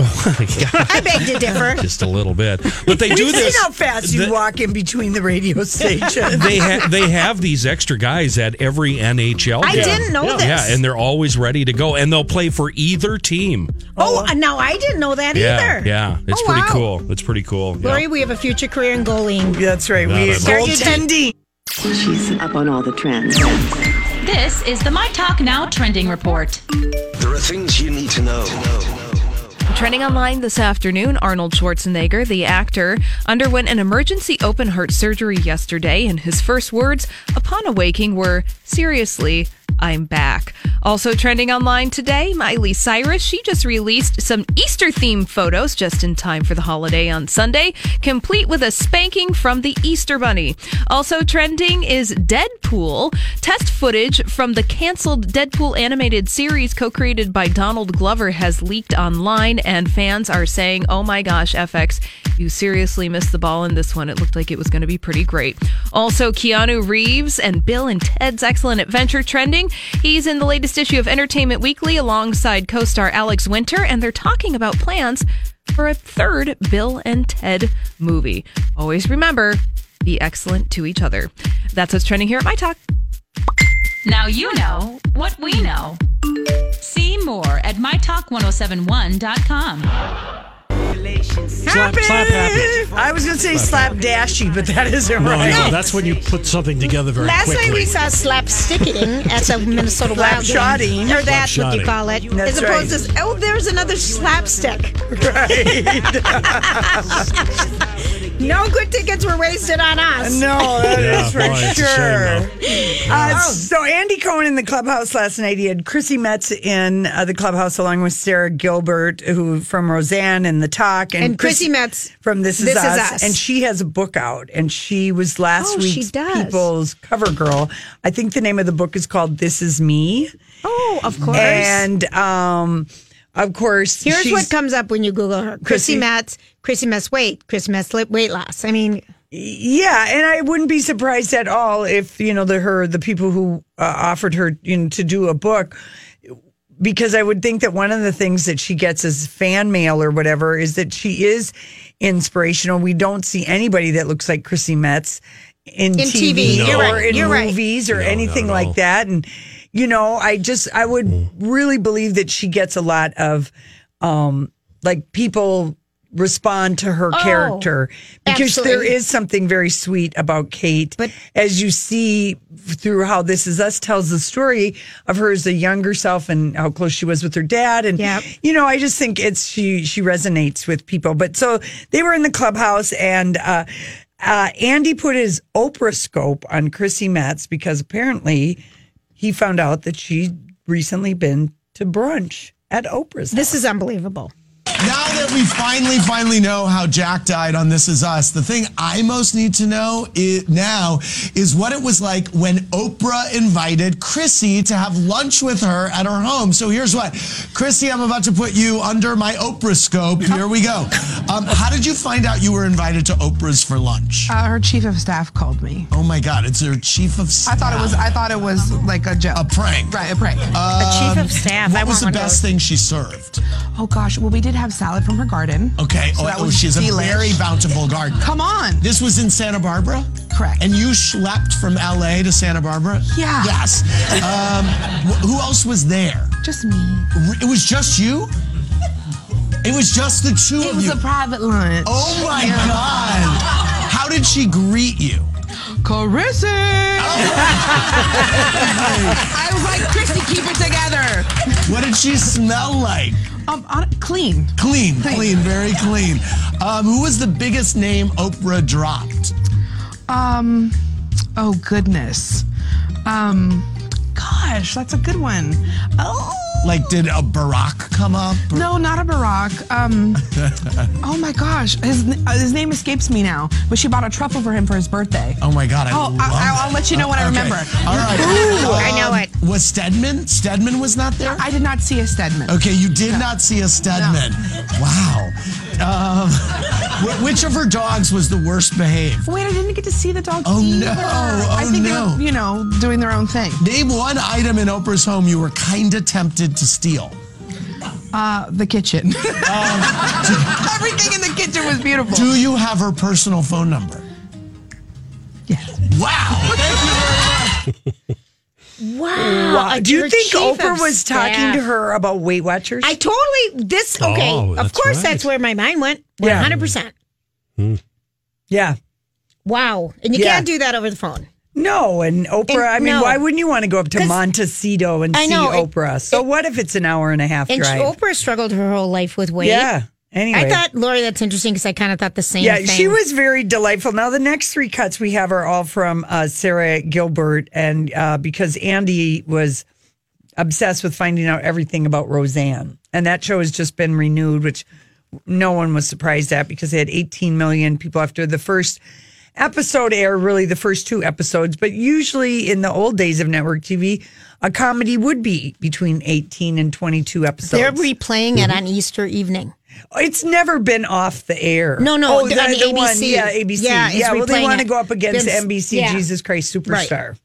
Speaker 5: I beg to differ.
Speaker 11: Just a little bit, but they do
Speaker 3: We've
Speaker 11: this.
Speaker 3: seen how fast you
Speaker 11: the-
Speaker 3: walk in between the radio stations.
Speaker 11: They ha- they have these extra guys at every NHL.
Speaker 5: I
Speaker 11: game.
Speaker 5: didn't know
Speaker 11: yeah.
Speaker 5: this.
Speaker 11: Yeah, and they're always ready to go, and they'll play for either team.
Speaker 5: oh, now I didn't know that
Speaker 11: Yeah,
Speaker 5: either.
Speaker 11: yeah, it's
Speaker 5: Oh,
Speaker 11: pretty
Speaker 5: wow.
Speaker 11: cool. It's pretty cool. yeah.
Speaker 5: Lori, we have a future career in goaling.
Speaker 3: That's right.
Speaker 7: Not
Speaker 3: We
Speaker 7: at all.
Speaker 3: goaltending.
Speaker 9: She's up on all the trends.
Speaker 6: This is the My Talk Now trending report.
Speaker 12: There are things you need to know.
Speaker 9: Trending online this afternoon, Arnold Schwarzenegger, the actor, underwent an emergency open heart surgery yesterday, and his first words upon awaking were, Seriously, I'm Back. Also trending online today, Miley Cyrus. She just released some Easter themed photos just in time for the holiday on Sunday, complete with a spanking from the Easter Bunny. Also trending is Deadpool. Test footage from the canceled Deadpool animated series co created by Donald Glover has leaked online, and fans are saying, oh my gosh, FX, you seriously missed the ball in this one. It looked like it was going to be pretty great. Also, Keanu Reeves and Bill and Ted's Excellent Adventure trending. He's in the latest issue of Entertainment Weekly alongside co star Alex Winter, and they're talking about plans for a third Bill and Ted movie. Always remember be excellent to each other. That's what's trending here at My Talk.
Speaker 6: Now you know what we know. See more at mytalk1071.com.
Speaker 3: Slap, slap happy.
Speaker 6: I was
Speaker 3: gonna say slapdashy, but that isn't
Speaker 1: No,
Speaker 3: right.
Speaker 1: no, Oh, that's when you put something together very
Speaker 5: Last
Speaker 1: quickly.
Speaker 5: night we saw slapsticking at the Minnesota Wild
Speaker 3: Slapshotting.
Speaker 5: game, or that's what
Speaker 1: Slapshotting.
Speaker 5: you call it,
Speaker 3: That's
Speaker 5: as opposed
Speaker 3: right.
Speaker 5: to oh, there's another slapstick. no good tickets were wasted on us.
Speaker 3: No, that is
Speaker 1: Yeah,
Speaker 3: for
Speaker 1: boy, it's a
Speaker 3: sure.
Speaker 1: shame, though.
Speaker 3: Uh, so Andy Cohen in the clubhouse last night. He had Chrissy Metz in uh, the clubhouse along with Sarah Gilbert, who from Roseanne and The Talk,
Speaker 2: And
Speaker 3: Chris-
Speaker 2: Chrissy Metz
Speaker 3: from This Is,
Speaker 2: This Is
Speaker 3: Us,
Speaker 2: Us.
Speaker 3: and she has a book out, and she was last
Speaker 5: Oh, she
Speaker 3: week's
Speaker 5: does.
Speaker 3: People's cover girl. I think the name of the book is called "This Is Me,"
Speaker 5: Oh, of course.
Speaker 3: and um, of course,
Speaker 5: Here's
Speaker 3: she's-
Speaker 5: what comes up when you Google her: Chrissy
Speaker 3: Chrissy-
Speaker 5: Metz, Chrissy Metz weight, Chrissy Metz li- weight loss. I mean,
Speaker 3: Yeah, and I wouldn't be surprised at all if you know the her the people who uh, offered her you know, to do a book because I would think that one of the things that she gets as fan mail or whatever is that she is inspirational. We don't see anybody that looks like Chrissy Metz in,
Speaker 5: In
Speaker 3: TV,
Speaker 5: TV.
Speaker 3: or
Speaker 5: You're right.
Speaker 3: in
Speaker 5: You're right.
Speaker 3: movies or
Speaker 1: No, Mm. not
Speaker 3: anything
Speaker 1: at all.
Speaker 3: like that. And you know, I just I would really believe that she gets a lot of um like people respond to her character because there
Speaker 5: Oh, absolutely.
Speaker 3: is something very sweet about Kate.
Speaker 5: But-
Speaker 3: as you see through how this is us tells the story of her as a younger self and how close she was with her dad, and
Speaker 5: Yep.
Speaker 3: you know, I just think it's she she resonates with people. But so they were in the clubhouse and. uh uh, Andy put his Oprah scope on Chrissy Metz because apparently he found out that she'd recently been to brunch at Oprah's.
Speaker 5: this is unbelievable.
Speaker 4: Now that we finally, finally know how Jack died on This Is Us, the thing I most need to know i now is what it was like when Oprah invited Chrissy to have lunch with her at her home. So here's what Chrissy, I'm about to put you under my Oprah scope. Here we go. Um, how did you find out you were invited to Oprah's for lunch?
Speaker 13: Uh, her chief of staff called me.
Speaker 4: Oh my God, it's her chief of
Speaker 13: I
Speaker 4: staff.
Speaker 13: thought it was. I thought it was like a joke.
Speaker 4: a prank.
Speaker 13: Right, Um, a prank.
Speaker 5: a chief of staff. I
Speaker 4: What was
Speaker 5: want
Speaker 4: the
Speaker 5: one of
Speaker 4: best
Speaker 5: those.
Speaker 4: thing she served?
Speaker 13: oh gosh. Well, we did have salad from her garden.
Speaker 4: Okay.
Speaker 13: So
Speaker 4: oh,
Speaker 13: that
Speaker 4: oh,
Speaker 13: was
Speaker 4: she's
Speaker 13: delish.
Speaker 4: a very bountiful garden.
Speaker 13: Come on.
Speaker 4: This was in Santa Barbara?
Speaker 13: Correct.
Speaker 4: And you schlepped from LA to Santa Barbara?
Speaker 13: Yeah.
Speaker 4: Yes. Um, wh- who else was there?
Speaker 13: Just me.
Speaker 4: R- It was just you? It was just the two
Speaker 13: It
Speaker 4: of
Speaker 13: was
Speaker 4: you.
Speaker 13: a private lunch.
Speaker 4: oh my God. How did she greet you?
Speaker 13: Carissa. I was like, Christy, keep it together.
Speaker 4: What did she smell like?
Speaker 13: Um, on, clean.
Speaker 4: Clean,
Speaker 13: Clean.
Speaker 4: clean, very clean. Um, who was the biggest name Oprah dropped?
Speaker 13: Um, oh goodness. Um, gosh, that's a good one. Oh.
Speaker 4: Like, did a Barack come up? or-
Speaker 13: No, not a Barack. Um, oh my gosh, his uh, his name escapes me now. But she bought a truffle for him for his birthday.
Speaker 4: Oh my God! I
Speaker 13: Oh,
Speaker 4: love
Speaker 13: I-
Speaker 4: that.
Speaker 13: I'll let you know when I
Speaker 4: Okay.
Speaker 13: remember.
Speaker 4: All right.
Speaker 5: I know it.
Speaker 4: Was Stedman? Stedman was not there.
Speaker 13: I did not see a Stedman.
Speaker 4: okay, you did not see a Stedman. Wow. Um, wh- which of her dogs was the worst behaved?
Speaker 13: Wait, I didn't get to see the dog.
Speaker 4: Oh, no.
Speaker 13: either. I
Speaker 4: Oh,
Speaker 13: think
Speaker 4: no.
Speaker 13: they were, you know, doing their own thing.
Speaker 4: Name one item in Oprah's home you were kinda tempted to steal.
Speaker 13: Uh, the kitchen. Everything in the kitchen was beautiful.
Speaker 4: Do you have her personal phone number?
Speaker 13: Yes.
Speaker 4: Wow. Thank you very much.
Speaker 5: Wow.
Speaker 3: Wow.
Speaker 5: a-
Speaker 3: Do you
Speaker 5: her
Speaker 3: think
Speaker 5: chief of
Speaker 3: Oprah was talking
Speaker 5: staff.
Speaker 3: to her about Weight Watchers?
Speaker 5: I totally this okay.
Speaker 1: Oh,
Speaker 5: of
Speaker 1: that's
Speaker 5: course,
Speaker 1: right.
Speaker 5: that's where my mind went. One
Speaker 3: Yeah.
Speaker 5: hundred percent.
Speaker 3: yeah.
Speaker 5: Wow, and you
Speaker 3: Yeah.
Speaker 5: can't do that over the phone.
Speaker 3: No, and Oprah.
Speaker 5: And
Speaker 3: I mean,
Speaker 5: no.
Speaker 3: why wouldn't you want to go up to
Speaker 5: 'Cause-
Speaker 3: Montecito and
Speaker 5: I
Speaker 3: see
Speaker 5: know, it-
Speaker 3: Oprah? so
Speaker 5: it-
Speaker 3: what if it's an hour and a half
Speaker 5: And
Speaker 3: drive?
Speaker 5: Oprah struggled her whole life with weight.
Speaker 3: yeah. Anyway,
Speaker 5: I thought Lori, that's interesting because I kind of thought the same.
Speaker 3: yeah,
Speaker 5: thing.
Speaker 3: she was very delightful. Now the next three cuts we have are all from uh, Sarah Gilbert, and uh, because Andy was obsessed with finding out everything about Roseanne. And that show has just been renewed, which no one was surprised at because they had 18 million people after the first episode air, really the first two episodes. But usually in the old days of network TV, a comedy would be between 18 and 22 episodes.
Speaker 5: They're replaying it on Easter evening.
Speaker 3: It's never been off the air.
Speaker 5: No, no,
Speaker 3: oh, the,
Speaker 5: on
Speaker 3: the one,
Speaker 5: ABC.
Speaker 3: yeah, ABC,
Speaker 5: Yeah, it's
Speaker 3: well, they
Speaker 5: replaying
Speaker 3: want to
Speaker 5: it.
Speaker 3: go up against
Speaker 5: Vince-
Speaker 3: NBC,
Speaker 5: yeah.
Speaker 3: Jesus Christ Superstar,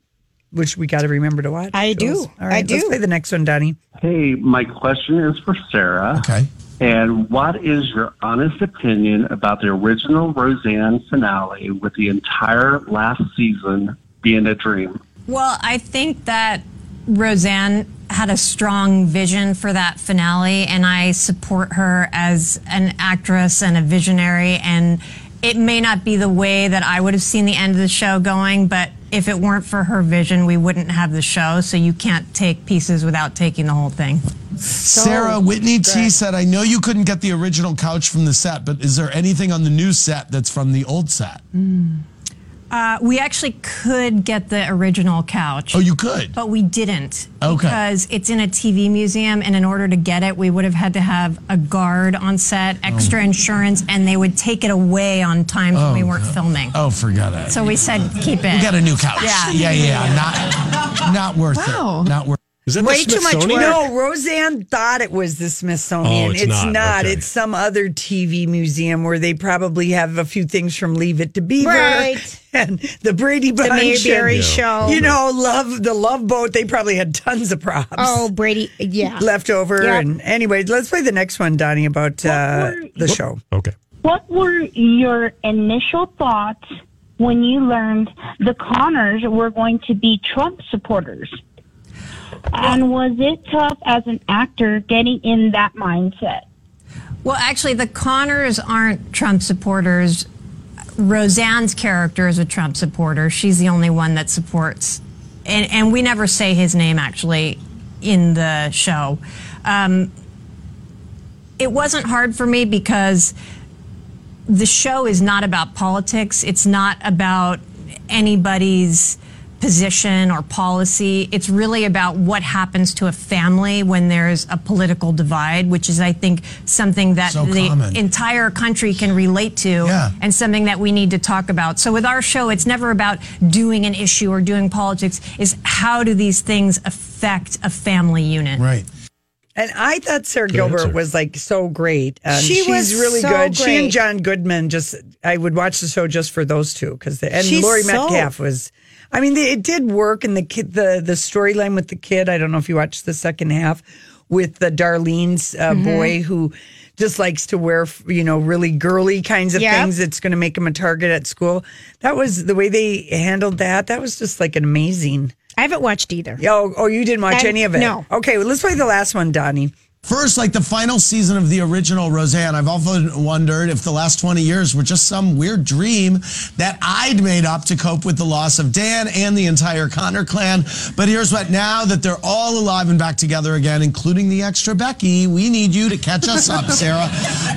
Speaker 3: which we got to remember to watch.
Speaker 2: I do.
Speaker 3: Jules. All right,
Speaker 2: I do.
Speaker 3: Let's play the next one, Donnie.
Speaker 14: Hey, my question is for Sarah.
Speaker 4: Okay.
Speaker 14: And what is your honest opinion about the original Roseanne finale with the entire last season being a dream?
Speaker 12: Well, I think that Roseanne had a strong vision for that finale, and I support her as an actress and a visionary. And it may not be the way that I would have seen the end of the show going, but if it weren't for her vision, we wouldn't have the show. So you can't take pieces without taking the whole thing.
Speaker 4: Sarah Whitney T said, I know you couldn't get the original couch from the set, but is there anything on the new set that's from the old set?
Speaker 12: Uh, we actually could get the original couch.
Speaker 4: Oh, you could?
Speaker 12: But we didn't.
Speaker 4: Okay.
Speaker 12: Because it's in a TV museum, and in order to get it, we would have had to have a guard on set, extra insurance, and they would take it away on times
Speaker 4: Oh,
Speaker 12: when we weren't
Speaker 4: no.
Speaker 12: filming.
Speaker 4: Oh, forgot it.
Speaker 12: So we said, keep it.
Speaker 4: We got a new couch.
Speaker 12: Yeah.
Speaker 4: yeah, yeah. Not, not worth
Speaker 13: Wow.
Speaker 4: it. Not worth.
Speaker 1: Is that
Speaker 3: Way
Speaker 1: the
Speaker 3: too much
Speaker 1: Smithsonian?
Speaker 3: work. No, Roseanne thought it was the Smithsonian.
Speaker 1: Oh, it's not. Okay.
Speaker 3: It's some other TV museum where they probably have a few things from Leave It to Beaver
Speaker 2: Right.
Speaker 3: and the Brady Bunch.
Speaker 2: The Mayberry
Speaker 3: and,
Speaker 2: Show.
Speaker 3: You know, love the Love Boat. They probably had tons of props.
Speaker 2: Oh, Brady. Yeah.
Speaker 3: Left over.
Speaker 2: Yep.
Speaker 3: And anyway, let's play the next one, Donnie, about uh, the show.
Speaker 1: Okay.
Speaker 15: What were your initial thoughts when you learned the Connors were going to be Trump supporters? And was it tough as an actor getting in that mindset?
Speaker 12: Well, actually, the Connors aren't Trump supporters. Roseanne's character is a Trump supporter. She's the only one that supports, and, and we never say his name actually in the show. Um, it wasn't hard for me because the show is not about politics. It's not about anybody's position or policy. It's really about what happens to a family when there's a political divide, which is, I think, something that
Speaker 4: So
Speaker 12: the
Speaker 4: common.
Speaker 12: entire country can relate to
Speaker 4: Yeah.
Speaker 12: and something that we need to talk about. So with our show, it's never about doing an issue or doing politics. Is how do these things affect a family unit?
Speaker 4: Right.
Speaker 3: And I thought Sarah Gilbert
Speaker 1: answer.
Speaker 3: was like so great. Um,
Speaker 2: She
Speaker 3: she's
Speaker 2: was
Speaker 3: really
Speaker 2: so
Speaker 3: good. She and
Speaker 2: great.
Speaker 3: John Goodman just I would watch the show just for those two because and
Speaker 2: She's
Speaker 3: Lori
Speaker 2: so-
Speaker 3: Metcalf was. I mean, they, it did work, and the kid, the the storyline with the kid. I don't know if you watched the second half with the Darlene's uh,
Speaker 2: Mm-hmm.
Speaker 3: boy who just likes to wear you know really girly kinds of
Speaker 2: Yep.
Speaker 3: things. It's going to make him a target at school. That was the way they handled that. That was just like an amazing.
Speaker 2: I haven't watched either.
Speaker 3: Oh, oh, you didn't watch
Speaker 2: I-
Speaker 3: any of it?
Speaker 2: no.
Speaker 3: Okay, well, let's play the last one, Donnie.
Speaker 4: First, like the final season of the original Roseanne, I've often wondered if the last 20 years were just some weird dream that I'd made up to cope with the loss of Dan and the entire Connor clan. But here's what now that they're all alive and back together again, including the extra Becky, we need you to catch us up, Sarah.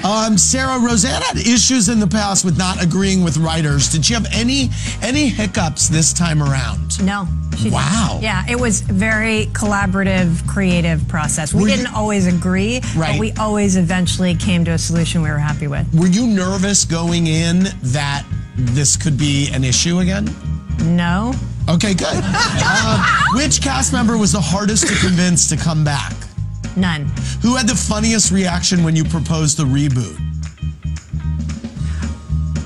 Speaker 4: Um, Sarah, Roseanne had issues in the past with not agreeing with writers. Did she have any any hiccups this time around?
Speaker 12: No. she didn't.
Speaker 4: Wow.
Speaker 12: Yeah, it was very collaborative, creative process. We
Speaker 4: Were you-
Speaker 12: didn't always agree,
Speaker 4: Right.
Speaker 12: but we always eventually came to a solution we were happy with.
Speaker 4: Were you nervous going in that this could be an issue again?
Speaker 12: No.
Speaker 4: Okay, good. Uh, which cast member was the hardest to convince to come back?
Speaker 12: None.
Speaker 4: Who had the funniest reaction when you proposed the reboot?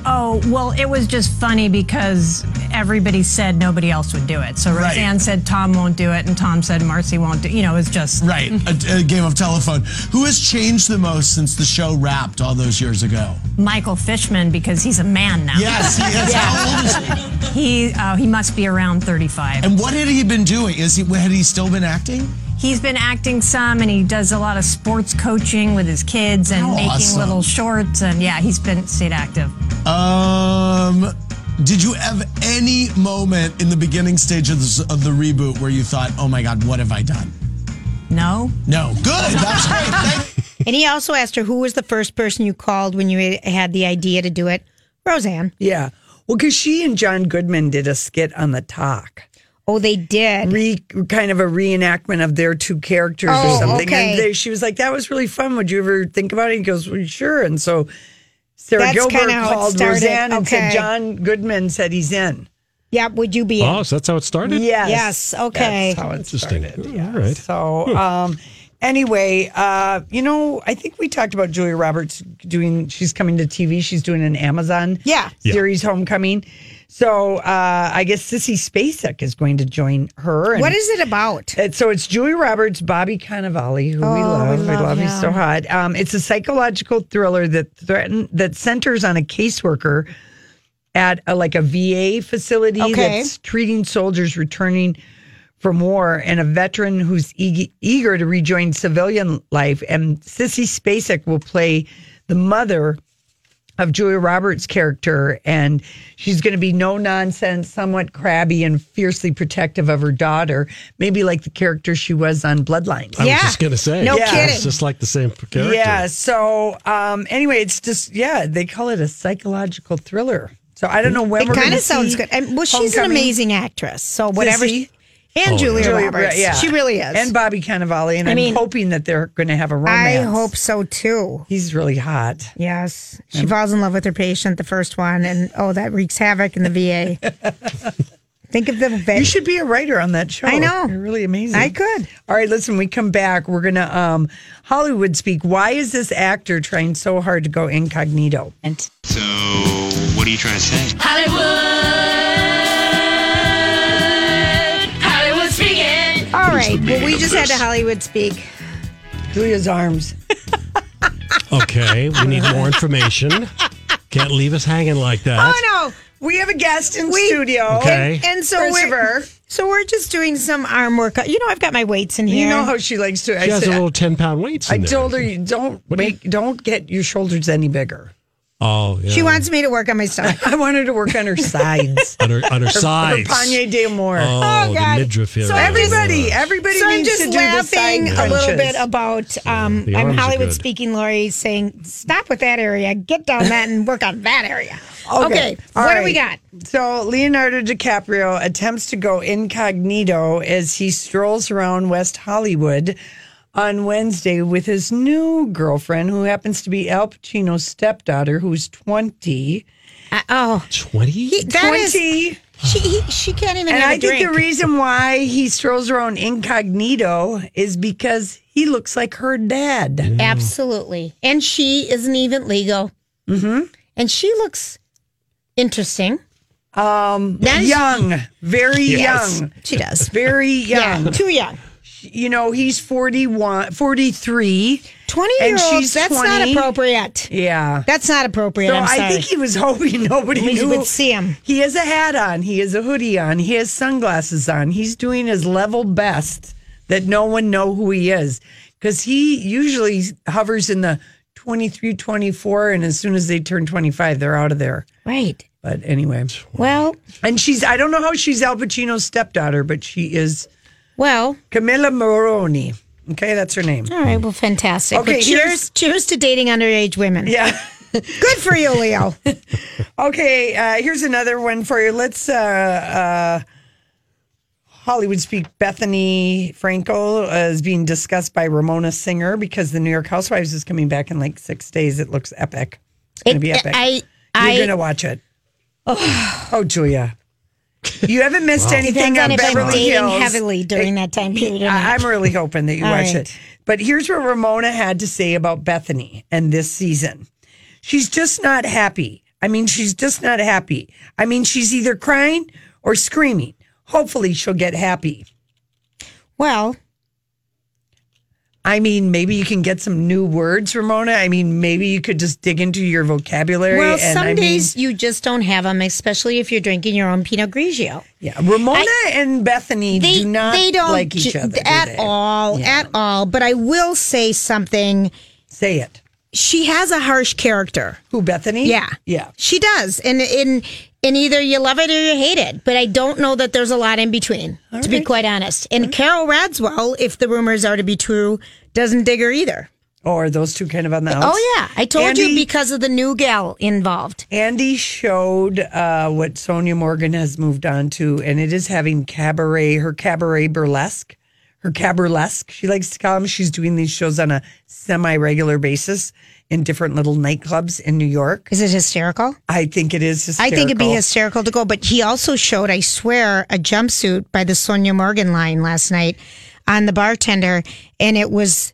Speaker 12: Oh, well, it was just funny because everybody said nobody else would do it. So
Speaker 4: Right.
Speaker 12: Roseanne said Tom won't do it, and Tom said Marcy won't do You know, it was just.
Speaker 4: Right, a, a game of telephone. Who has changed the most since the show wrapped all those years ago?
Speaker 12: Michael Fishman because he's a man now.
Speaker 4: Yes, he is. How old is he?
Speaker 12: He uh, he must be around 35.
Speaker 4: And what had he been doing? Is he had he still been acting?
Speaker 12: He's been acting some and he does a lot of sports coaching with his kids and
Speaker 4: How
Speaker 12: making
Speaker 4: awesome.
Speaker 12: little shorts and yeah, he's been stayed active.
Speaker 4: Um, did you have any moment in the beginning stages of the reboot where you thought, "Oh my God, what have I done"?
Speaker 12: No?
Speaker 4: No, good. That's great. Thank-
Speaker 2: And he also asked her who was the first person you called when you had the idea to do it. Roseanne.
Speaker 3: Yeah. Well, because she and John Goodman did a skit on the talk.
Speaker 2: Oh, they did.
Speaker 3: Re, kind of a reenactment of their two characters
Speaker 2: Oh,
Speaker 3: or something.
Speaker 2: okay.
Speaker 3: And they, she was like, "That was really fun. Would you ever think about it?" He goes, well, "Sure." And so Sarah
Speaker 2: That's
Speaker 3: Gilbert
Speaker 2: kinda how it
Speaker 3: called
Speaker 2: started.
Speaker 3: Roseanne and said,
Speaker 2: Okay.
Speaker 3: "John Goodman said he's in."
Speaker 2: Yep. Would you be?
Speaker 1: Oh, so that's how it started?
Speaker 3: Yes.
Speaker 2: Yes, okay.
Speaker 3: That's how it
Speaker 1: Interesting.
Speaker 3: started.
Speaker 1: All right.
Speaker 3: So, um, anyway, uh, you know, I think we talked about Julia Roberts doing, she's coming to TV. She's doing an Amazon
Speaker 2: Yeah.
Speaker 1: Yeah.
Speaker 3: series, Homecoming. So, uh, I guess Sissy Spacek is going to join her.
Speaker 2: What is it about?
Speaker 3: it? So, it's Julia Roberts, Bobby Cannavale, who Oh, we love. We love, He's so hot. Um, it's a psychological thriller that threaten that centers on a caseworker at a, like a VA facility
Speaker 2: Okay.
Speaker 3: that's treating soldiers returning from war and a veteran who's eag- eager to rejoin civilian life. And Sissy Spacek will play the mother of Julia Roberts' character, and she's going to be no nonsense, somewhat crabby, and fiercely protective of her daughter, maybe like the character she was on Bloodlines.
Speaker 1: I was just going to say.
Speaker 3: No
Speaker 1: yeah,
Speaker 3: kidding.
Speaker 1: It's just like the same character.
Speaker 3: Yeah. So, um, anyway, it's just yeah, they call it a psychological thriller. So I don't know when
Speaker 2: It
Speaker 3: we're
Speaker 2: kind
Speaker 3: gonna
Speaker 2: of sounds
Speaker 3: see
Speaker 2: good. And, well, she's an
Speaker 3: Homecoming.
Speaker 2: amazing actress. So whatever.
Speaker 3: Sissy?
Speaker 2: she- and
Speaker 3: Oh,
Speaker 2: Julia
Speaker 3: Julia,
Speaker 2: Roberts.
Speaker 3: right, yeah.
Speaker 2: She really is.
Speaker 3: and Bobby Cannavale, and I
Speaker 2: I
Speaker 3: am
Speaker 2: mean-
Speaker 3: hoping that they're going to have a
Speaker 2: I
Speaker 3: romance.
Speaker 2: hope so too.
Speaker 3: he's really hot.
Speaker 2: Yes. She falls in love with her patient, the first one, and oh, that wreaks havoc in the VA. Think of the
Speaker 3: You
Speaker 2: vet.
Speaker 3: should be a writer on that show.
Speaker 2: I know.
Speaker 3: You're really amazing.
Speaker 2: I could.
Speaker 3: All right, listen, we come back. We're going to um, Hollywood speak. Why is this actor trying so hard to go incognito?
Speaker 2: And
Speaker 11: So, what are you trying to say?
Speaker 6: Hollywood. Hollywood speaking.
Speaker 2: All
Speaker 11: Who's
Speaker 2: right.
Speaker 11: the
Speaker 2: Well, we
Speaker 11: man
Speaker 2: just
Speaker 11: of
Speaker 2: had to
Speaker 11: this?
Speaker 2: Hollywood speak.
Speaker 3: Julia's arms.
Speaker 1: Okay. We need more information. Can't leave us hanging like that.
Speaker 2: Oh no.
Speaker 3: We have a guest in
Speaker 2: We-
Speaker 3: studio.
Speaker 1: Okay.
Speaker 2: And so we're
Speaker 3: Christopher.
Speaker 2: so we're just doing some arm workout. You know, I've got my weights in here.
Speaker 3: You know how she likes to.
Speaker 1: She
Speaker 3: I,
Speaker 1: has
Speaker 3: said,
Speaker 1: a little 10 pound weights
Speaker 3: I
Speaker 1: in there.
Speaker 3: told her, you don't
Speaker 1: What do you-
Speaker 3: make, don't get your shoulders any bigger.
Speaker 1: Oh, yeah.
Speaker 2: she wants me to work on my stomach.
Speaker 3: I want her to work on her sides.
Speaker 1: on her, on her
Speaker 3: Her- her
Speaker 1: sides.
Speaker 3: Panier de Amor.
Speaker 1: Oh,
Speaker 2: God.
Speaker 1: the midriff area. Uh,
Speaker 2: So
Speaker 3: Everybody, everybody
Speaker 2: so I'm
Speaker 3: needs
Speaker 2: just
Speaker 3: to do the side
Speaker 2: laughing a little
Speaker 3: crunches.
Speaker 2: bit about um,
Speaker 1: the
Speaker 2: I'm
Speaker 1: arms are
Speaker 2: Hollywood
Speaker 1: good.
Speaker 2: speaking Lori saying stop with that area, get down that and work on that area. Okay,
Speaker 3: All
Speaker 2: what do we got?
Speaker 3: right. So Leonardo DiCaprio attempts to go incognito as he strolls around West Hollywood on Wednesday with his new girlfriend, who happens to be Al Pacino's stepdaughter, who's twenty.
Speaker 2: Uh, oh,
Speaker 1: 20?
Speaker 2: that is
Speaker 3: twenty.
Speaker 2: she. He, she can't even.
Speaker 3: and
Speaker 2: have a
Speaker 3: I think
Speaker 2: drink.
Speaker 3: the reason why he strolls around incognito is because he looks like her dad.
Speaker 5: Absolutely. And she isn't even legal.
Speaker 3: Mhm.
Speaker 5: And she looks interesting.
Speaker 3: Um,
Speaker 5: That's-
Speaker 3: young, very
Speaker 1: Yes.
Speaker 3: young,
Speaker 5: She does.
Speaker 3: very young.
Speaker 2: yeah, too young.
Speaker 3: You know, he's 41, 43.
Speaker 2: Twenty year olds.
Speaker 3: she's
Speaker 2: That's not
Speaker 3: 20.
Speaker 2: appropriate.
Speaker 3: Yeah.
Speaker 2: That's not appropriate.
Speaker 3: So
Speaker 2: I'm sorry.
Speaker 3: I think he was hoping nobody
Speaker 2: We
Speaker 3: knew.
Speaker 2: would see him.
Speaker 3: He has a hat on. He has a hoodie on. He has sunglasses on. He's doing his level best that no one know who he is because he usually hovers in the 23, 24, and as soon as they turn 25, they're out of there.
Speaker 5: Right.
Speaker 3: But anyway,
Speaker 5: Well,
Speaker 3: and she's, I don't know how she's Al Pacino's stepdaughter, but she is
Speaker 5: well,
Speaker 3: Camilla Moroni. Okay, that's her name.
Speaker 5: all right, well, fantastic.
Speaker 3: Okay,
Speaker 5: Well,
Speaker 3: here's-
Speaker 5: cheers cheers to dating underage women.
Speaker 3: Yeah.
Speaker 2: Good for you, Leo.
Speaker 3: Okay, uh, here's another one for you. Let's uh, uh, Hollywood speak. Bethany Frankel uh, is being discussed by Ramona Singer because the New York Housewives is coming back in like six days. It looks epic. It's going to be epic.
Speaker 5: I
Speaker 3: You're
Speaker 5: I
Speaker 3: going to watch it. Oh, Julia, you haven't missed anything
Speaker 5: depends on
Speaker 3: on
Speaker 5: if I'm
Speaker 3: Beverly
Speaker 5: dating
Speaker 3: Hills.
Speaker 5: heavily during that time period. Or
Speaker 3: I-
Speaker 5: not.
Speaker 3: I'm really hoping that you
Speaker 5: All
Speaker 3: watch
Speaker 5: right.
Speaker 3: it. But here's what Ramona had to say about Bethany and this season. She's just not happy. I mean, she's just not happy. I mean, she's either crying or screaming. Hopefully, she'll get happy.
Speaker 2: Well,
Speaker 3: I mean, maybe you can get some new words, Ramona. I mean, maybe you could just dig into your vocabulary.
Speaker 5: well,
Speaker 3: and
Speaker 5: some
Speaker 3: I mean-
Speaker 5: days you just don't have them, especially if you're drinking your own Pinot Grigio.
Speaker 3: yeah, Ramona and Bethany
Speaker 5: They
Speaker 3: do not
Speaker 5: they don't
Speaker 3: like each
Speaker 5: ju-
Speaker 3: other do
Speaker 5: at
Speaker 3: they?
Speaker 5: all,
Speaker 3: Yeah.
Speaker 5: at all. But I will say something.
Speaker 3: Say it.
Speaker 5: She has a harsh character.
Speaker 3: Who, Bethany?
Speaker 5: Yeah.
Speaker 3: yeah.
Speaker 5: She does. And in and either you love it or you hate it. But I don't know that there's a lot in between, to be quite honest. And Carol Radswell, if the rumors are to be true, doesn't dig her either.
Speaker 3: Oh, are those two kind of on the outs?
Speaker 5: Oh yeah, I told you
Speaker 3: Andy-
Speaker 5: because of the new gal involved.
Speaker 3: Andy showed uh, what Sonia Morgan has moved on to, and it is having cabaret, her cabaret burlesque, her caburlesque. She likes to call them. She's doing these shows on a semi regular basis in different little nightclubs in New York.
Speaker 5: Is it hysterical?
Speaker 3: I think it is hysterical.
Speaker 5: I think it'd be hysterical to go, but he also showed, I swear, a jumpsuit by the Sonia Morgan line last night on the bartender, and it was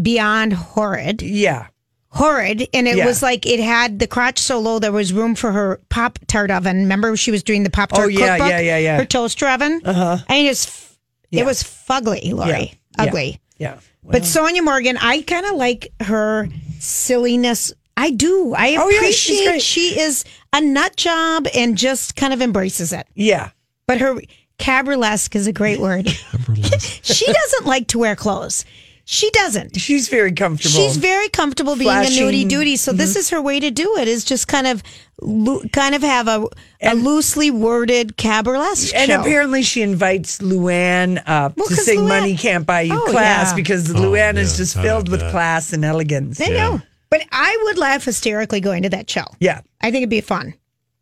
Speaker 5: beyond horrid.
Speaker 3: Yeah.
Speaker 5: Horrid. And it
Speaker 3: Yeah.
Speaker 5: was like it had the crotch so low there was room for her Pop Tart oven. Remember she was doing the Pop Tart
Speaker 3: Oh, yeah,
Speaker 5: cookbook?
Speaker 3: yeah, yeah, yeah.
Speaker 5: Her toaster oven? Uh-huh. I mean, it's, f-
Speaker 3: Yeah.
Speaker 5: it was fugly, Lori.
Speaker 3: Yeah. Yeah.
Speaker 5: Ugly.
Speaker 3: Yeah.
Speaker 5: But Sonia Morgan, I kind of like her silliness. I do. I
Speaker 3: Oh, yeah,
Speaker 5: appreciate
Speaker 3: she's great.
Speaker 5: she is a nut job and just kind of embraces it.
Speaker 3: Yeah.
Speaker 5: But her cabrulesque is a great word. she doesn't like to wear clothes. She doesn't.
Speaker 3: She's very comfortable.
Speaker 5: She's very comfortable being
Speaker 3: Flashing. Mm-hmm.
Speaker 5: a nudie duty. So this is her way to do it is just kind of loo- kind of have a, a loosely worded cabrulesque
Speaker 3: And
Speaker 5: show.
Speaker 3: apparently, she invites Luann up to
Speaker 5: 'cause
Speaker 3: sing
Speaker 5: Luann-
Speaker 3: "Money Can't Buy You"
Speaker 5: Oh,
Speaker 3: class
Speaker 5: yeah.
Speaker 3: because
Speaker 5: Oh,
Speaker 3: Luann is
Speaker 5: yeah,
Speaker 3: just
Speaker 5: I
Speaker 3: filled
Speaker 5: love
Speaker 3: with
Speaker 5: that.
Speaker 3: class and elegance.
Speaker 5: I know. But I would laugh hysterically going to that show.
Speaker 3: Yeah.
Speaker 5: I think it'd be fun.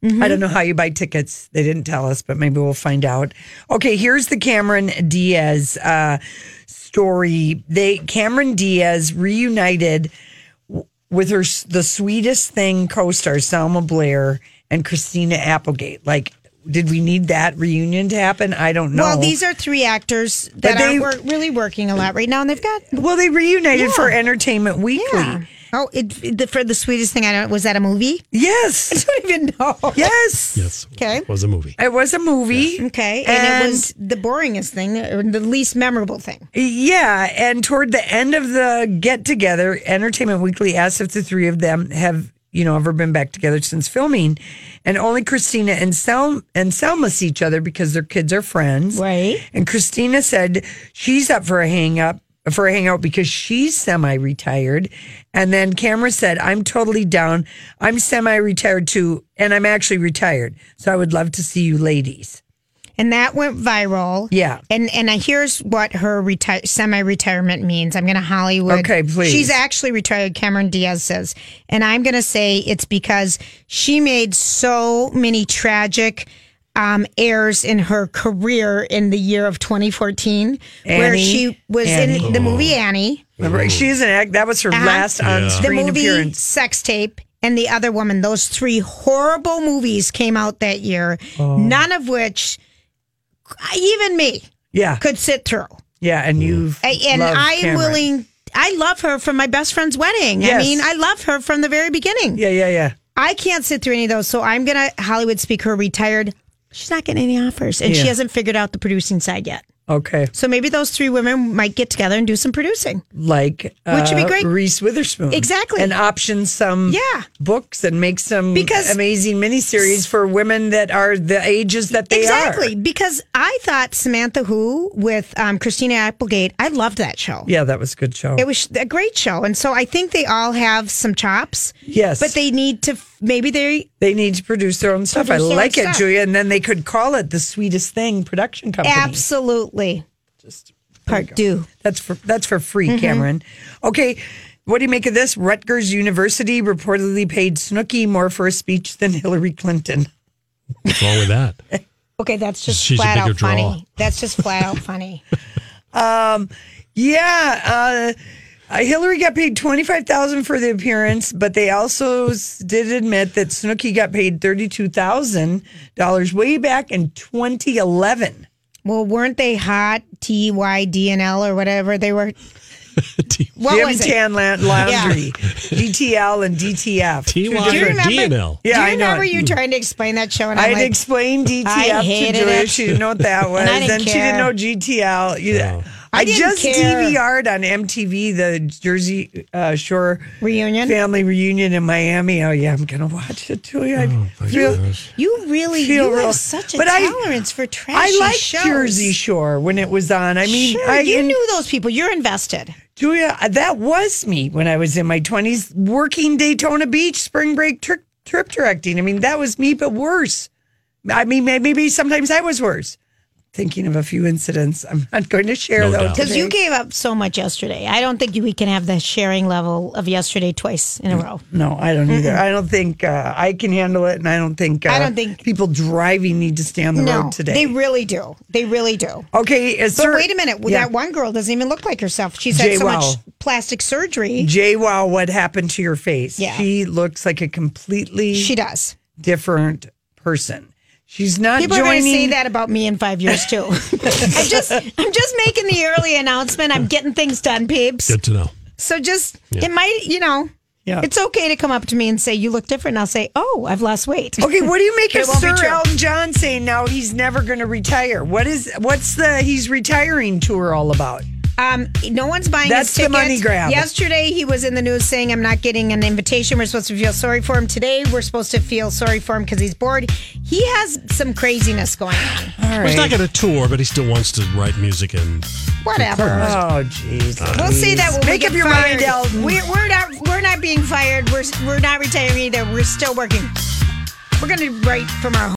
Speaker 3: I don't know how you buy tickets. They didn't tell us, but maybe we'll find out. Okay, here's the Cameron Diaz uh, story. They Cameron Diaz reunited w- with her s- the sweetest thing co-star Selma Blair and Christina Applegate. Like, did we need that reunion to happen? I don't know.
Speaker 5: Well, these are three actors
Speaker 3: But
Speaker 5: that
Speaker 3: they-
Speaker 5: are wor- really working a lot right now, and they've got
Speaker 3: well, they reunited
Speaker 5: Yeah.
Speaker 3: for Entertainment Weekly.
Speaker 5: yeah. Oh, it, it- the, for the sweetest thing I don't was that a movie?
Speaker 3: Yes.
Speaker 5: I don't even know.
Speaker 3: Yes.
Speaker 1: Yes.
Speaker 5: Okay.
Speaker 1: It was a movie.
Speaker 3: It was a movie.
Speaker 5: Okay, and, it was the boringest thing, or the least memorable thing.
Speaker 3: Yeah, and toward the end of the get together, Entertainment Weekly asked if the three of them have you know ever been back together since filming, and only Christina and Sel and Selma see each other because their kids are friends,
Speaker 5: right?
Speaker 3: And Christina said she's up for a hang up for a hangout because she's semi retired, and then Cameron said I'm totally down. I'm semi retired too, and I'm actually retired, so I would love to see you ladies.
Speaker 5: And that went viral.
Speaker 3: Yeah.
Speaker 5: And and I- here's what her retire, semi-retirement means. I'm going to Hollywood.
Speaker 3: Okay, please.
Speaker 5: She's actually retired. Cameron Diaz says, and I'm going to say it's because she made so many tragic um, errors in her career in the year of 2014, where
Speaker 3: Annie?
Speaker 5: she was
Speaker 3: Annie.
Speaker 5: in the movie Annie.
Speaker 3: Remember, she's an act. That was her
Speaker 5: Uh-huh.
Speaker 3: last on
Speaker 5: the
Speaker 3: screen
Speaker 5: movie
Speaker 3: appearance.
Speaker 5: Sex Tape and The Other Woman. Those three horrible movies came out that year,
Speaker 3: Oh.
Speaker 5: none of which even me
Speaker 3: Yeah.
Speaker 5: could sit through.
Speaker 3: Yeah, and you
Speaker 5: A- And I am willing. I love her from my best friend's wedding. I
Speaker 3: Yes.
Speaker 5: mean, I love her from the very beginning.
Speaker 3: Yeah, yeah, yeah.
Speaker 5: I can't sit through any of those, so I'm gonna Hollywood speak her retired. She's not getting any offers, and
Speaker 3: Yeah.
Speaker 5: she hasn't figured out the producing side yet.
Speaker 3: Okay,
Speaker 5: So maybe those three women might get together and do some producing.
Speaker 3: like
Speaker 5: Which would be
Speaker 3: uh,
Speaker 5: great.
Speaker 3: Reese Witherspoon,
Speaker 5: Exactly.
Speaker 3: and option some
Speaker 5: Yeah.
Speaker 3: books and make some
Speaker 5: Because-
Speaker 3: amazing miniseries for women that are the ages that they are.
Speaker 5: exactly because I thought Samantha Who with um, Christina Applegate, I loved that show.
Speaker 3: Yeah, that was a good show.
Speaker 5: It was a great show, and so I think they all have some chops.
Speaker 3: Yes.
Speaker 5: but they need to. Maybe they
Speaker 3: they need to produce their own stuff. I
Speaker 5: Produce their own
Speaker 3: like it,
Speaker 5: stuff.
Speaker 3: Julia, and then they could call it the sweetest thing production company.
Speaker 5: absolutely part due.
Speaker 3: That's for that's for free,
Speaker 5: Mm-hmm.
Speaker 3: Cameron. Okay, what do you make of this? Rutgers University reportedly paid Snooki more for a speech than Hillary Clinton.
Speaker 1: What's wrong with that?
Speaker 5: Okay, that's just
Speaker 1: She's a
Speaker 5: flat
Speaker 1: bigger
Speaker 5: out
Speaker 1: draw.
Speaker 5: funny. That's just flat out funny.
Speaker 3: Yeah, uh, uh, Hillary got paid twenty five thousand for the appearance, but they also s- did admit that Snooki got paid thirty two thousand dollars way back in twenty eleven.
Speaker 5: Well, weren't they hot? T Y D N L or whatever they were. What
Speaker 3: Jim
Speaker 5: was it?
Speaker 3: Tan La- Laundry, DTL, and DTF.
Speaker 5: Do you remember?
Speaker 3: Yeah,
Speaker 5: do you
Speaker 3: I know.
Speaker 5: remember you trying to explain that show? And
Speaker 3: I
Speaker 5: I'm
Speaker 3: had
Speaker 5: like,
Speaker 3: explained
Speaker 5: I
Speaker 3: DTF to
Speaker 5: hated
Speaker 3: Julia.
Speaker 5: it.
Speaker 3: She didn't know what that was.
Speaker 5: And I didn't
Speaker 3: then she
Speaker 5: care.
Speaker 3: didn't know GTL. You- I,
Speaker 5: I didn't
Speaker 3: just
Speaker 5: care.
Speaker 3: DVR'd on MTV the Jersey uh, Shore
Speaker 5: Reunion?
Speaker 3: family reunion in Miami. Oh yeah, I'm gonna watch it too.
Speaker 2: Oh,
Speaker 3: I feel-
Speaker 5: you really
Speaker 3: Feel
Speaker 5: you
Speaker 3: real-
Speaker 5: have such a
Speaker 3: But I-
Speaker 5: tolerance for trashy
Speaker 3: I like
Speaker 5: shows.
Speaker 3: Jersey Shore when it was on. I mean,
Speaker 5: Sure,
Speaker 3: I,
Speaker 5: you
Speaker 3: and
Speaker 5: knew those people. You're invested.
Speaker 3: Julia, Uh, that was me when I was in my twenties, working Daytona Beach spring break trip trip directing. I mean, that was me, but worse. I mean, may- maybe sometimes I was worse. thinking of a few incidents. I'm not going to share
Speaker 2: No
Speaker 3: those
Speaker 1: Oh,
Speaker 2: doubt. 'Cause
Speaker 5: Because you
Speaker 3: today.
Speaker 5: gave up so much yesterday. I don't think we can have the sharing level of yesterday twice in a
Speaker 1: Mm.
Speaker 5: row.
Speaker 3: No, I don't either.
Speaker 5: Mm-mm.
Speaker 3: I don't think uh, I can handle it, and I don't think uh,
Speaker 5: I don't think-
Speaker 3: people driving need to stay on the
Speaker 5: no,
Speaker 3: road today.
Speaker 5: they really do. They really do.
Speaker 3: okay,
Speaker 5: But
Speaker 3: is there-
Speaker 5: wait a minute. Well,
Speaker 3: Yeah.
Speaker 5: That one girl doesn't even look like herself. She's had
Speaker 3: Jay
Speaker 5: so
Speaker 3: Wow.
Speaker 5: much plastic surgery.
Speaker 3: Jay, wow, what happened to your face?
Speaker 5: Yeah.
Speaker 3: She looks like a completely
Speaker 5: She does.
Speaker 3: different person. She's not
Speaker 5: People are
Speaker 3: joining.
Speaker 5: going to say that about me in five years too. I just, I'm just making the early announcement. I'm getting things done, peeps.
Speaker 1: Good to know.
Speaker 5: So just,
Speaker 1: Yeah.
Speaker 5: it might, you know,
Speaker 3: Yeah.
Speaker 5: it's okay to come up to me and say you look different. And I'll say, oh, I've lost weight.
Speaker 3: Okay, what do you make
Speaker 5: It
Speaker 3: of
Speaker 5: won't be
Speaker 3: Sir
Speaker 5: true.
Speaker 3: Elton John saying now he's never going to retire? What is what's the he's retiring tour all about?
Speaker 5: Um, no one's buying.
Speaker 3: That's
Speaker 5: his
Speaker 3: the
Speaker 5: tickets.
Speaker 3: money grab.
Speaker 5: Yesterday, he was in the news saying, "I'm not getting an invitation. We're supposed to feel sorry for him. Today, we're supposed to feel sorry for him because he's bored. He has some craziness going on.
Speaker 1: Well, he's not going to tour, but he still wants to write music and
Speaker 5: Whatever.
Speaker 3: Oh, jeez.
Speaker 5: We'll say that when we
Speaker 3: Make
Speaker 5: get
Speaker 3: up your
Speaker 5: fired.
Speaker 3: mind, Elton.
Speaker 5: We're, we're not. We're not being fired. We're we're not retiring either. We're still working. We're going to write from our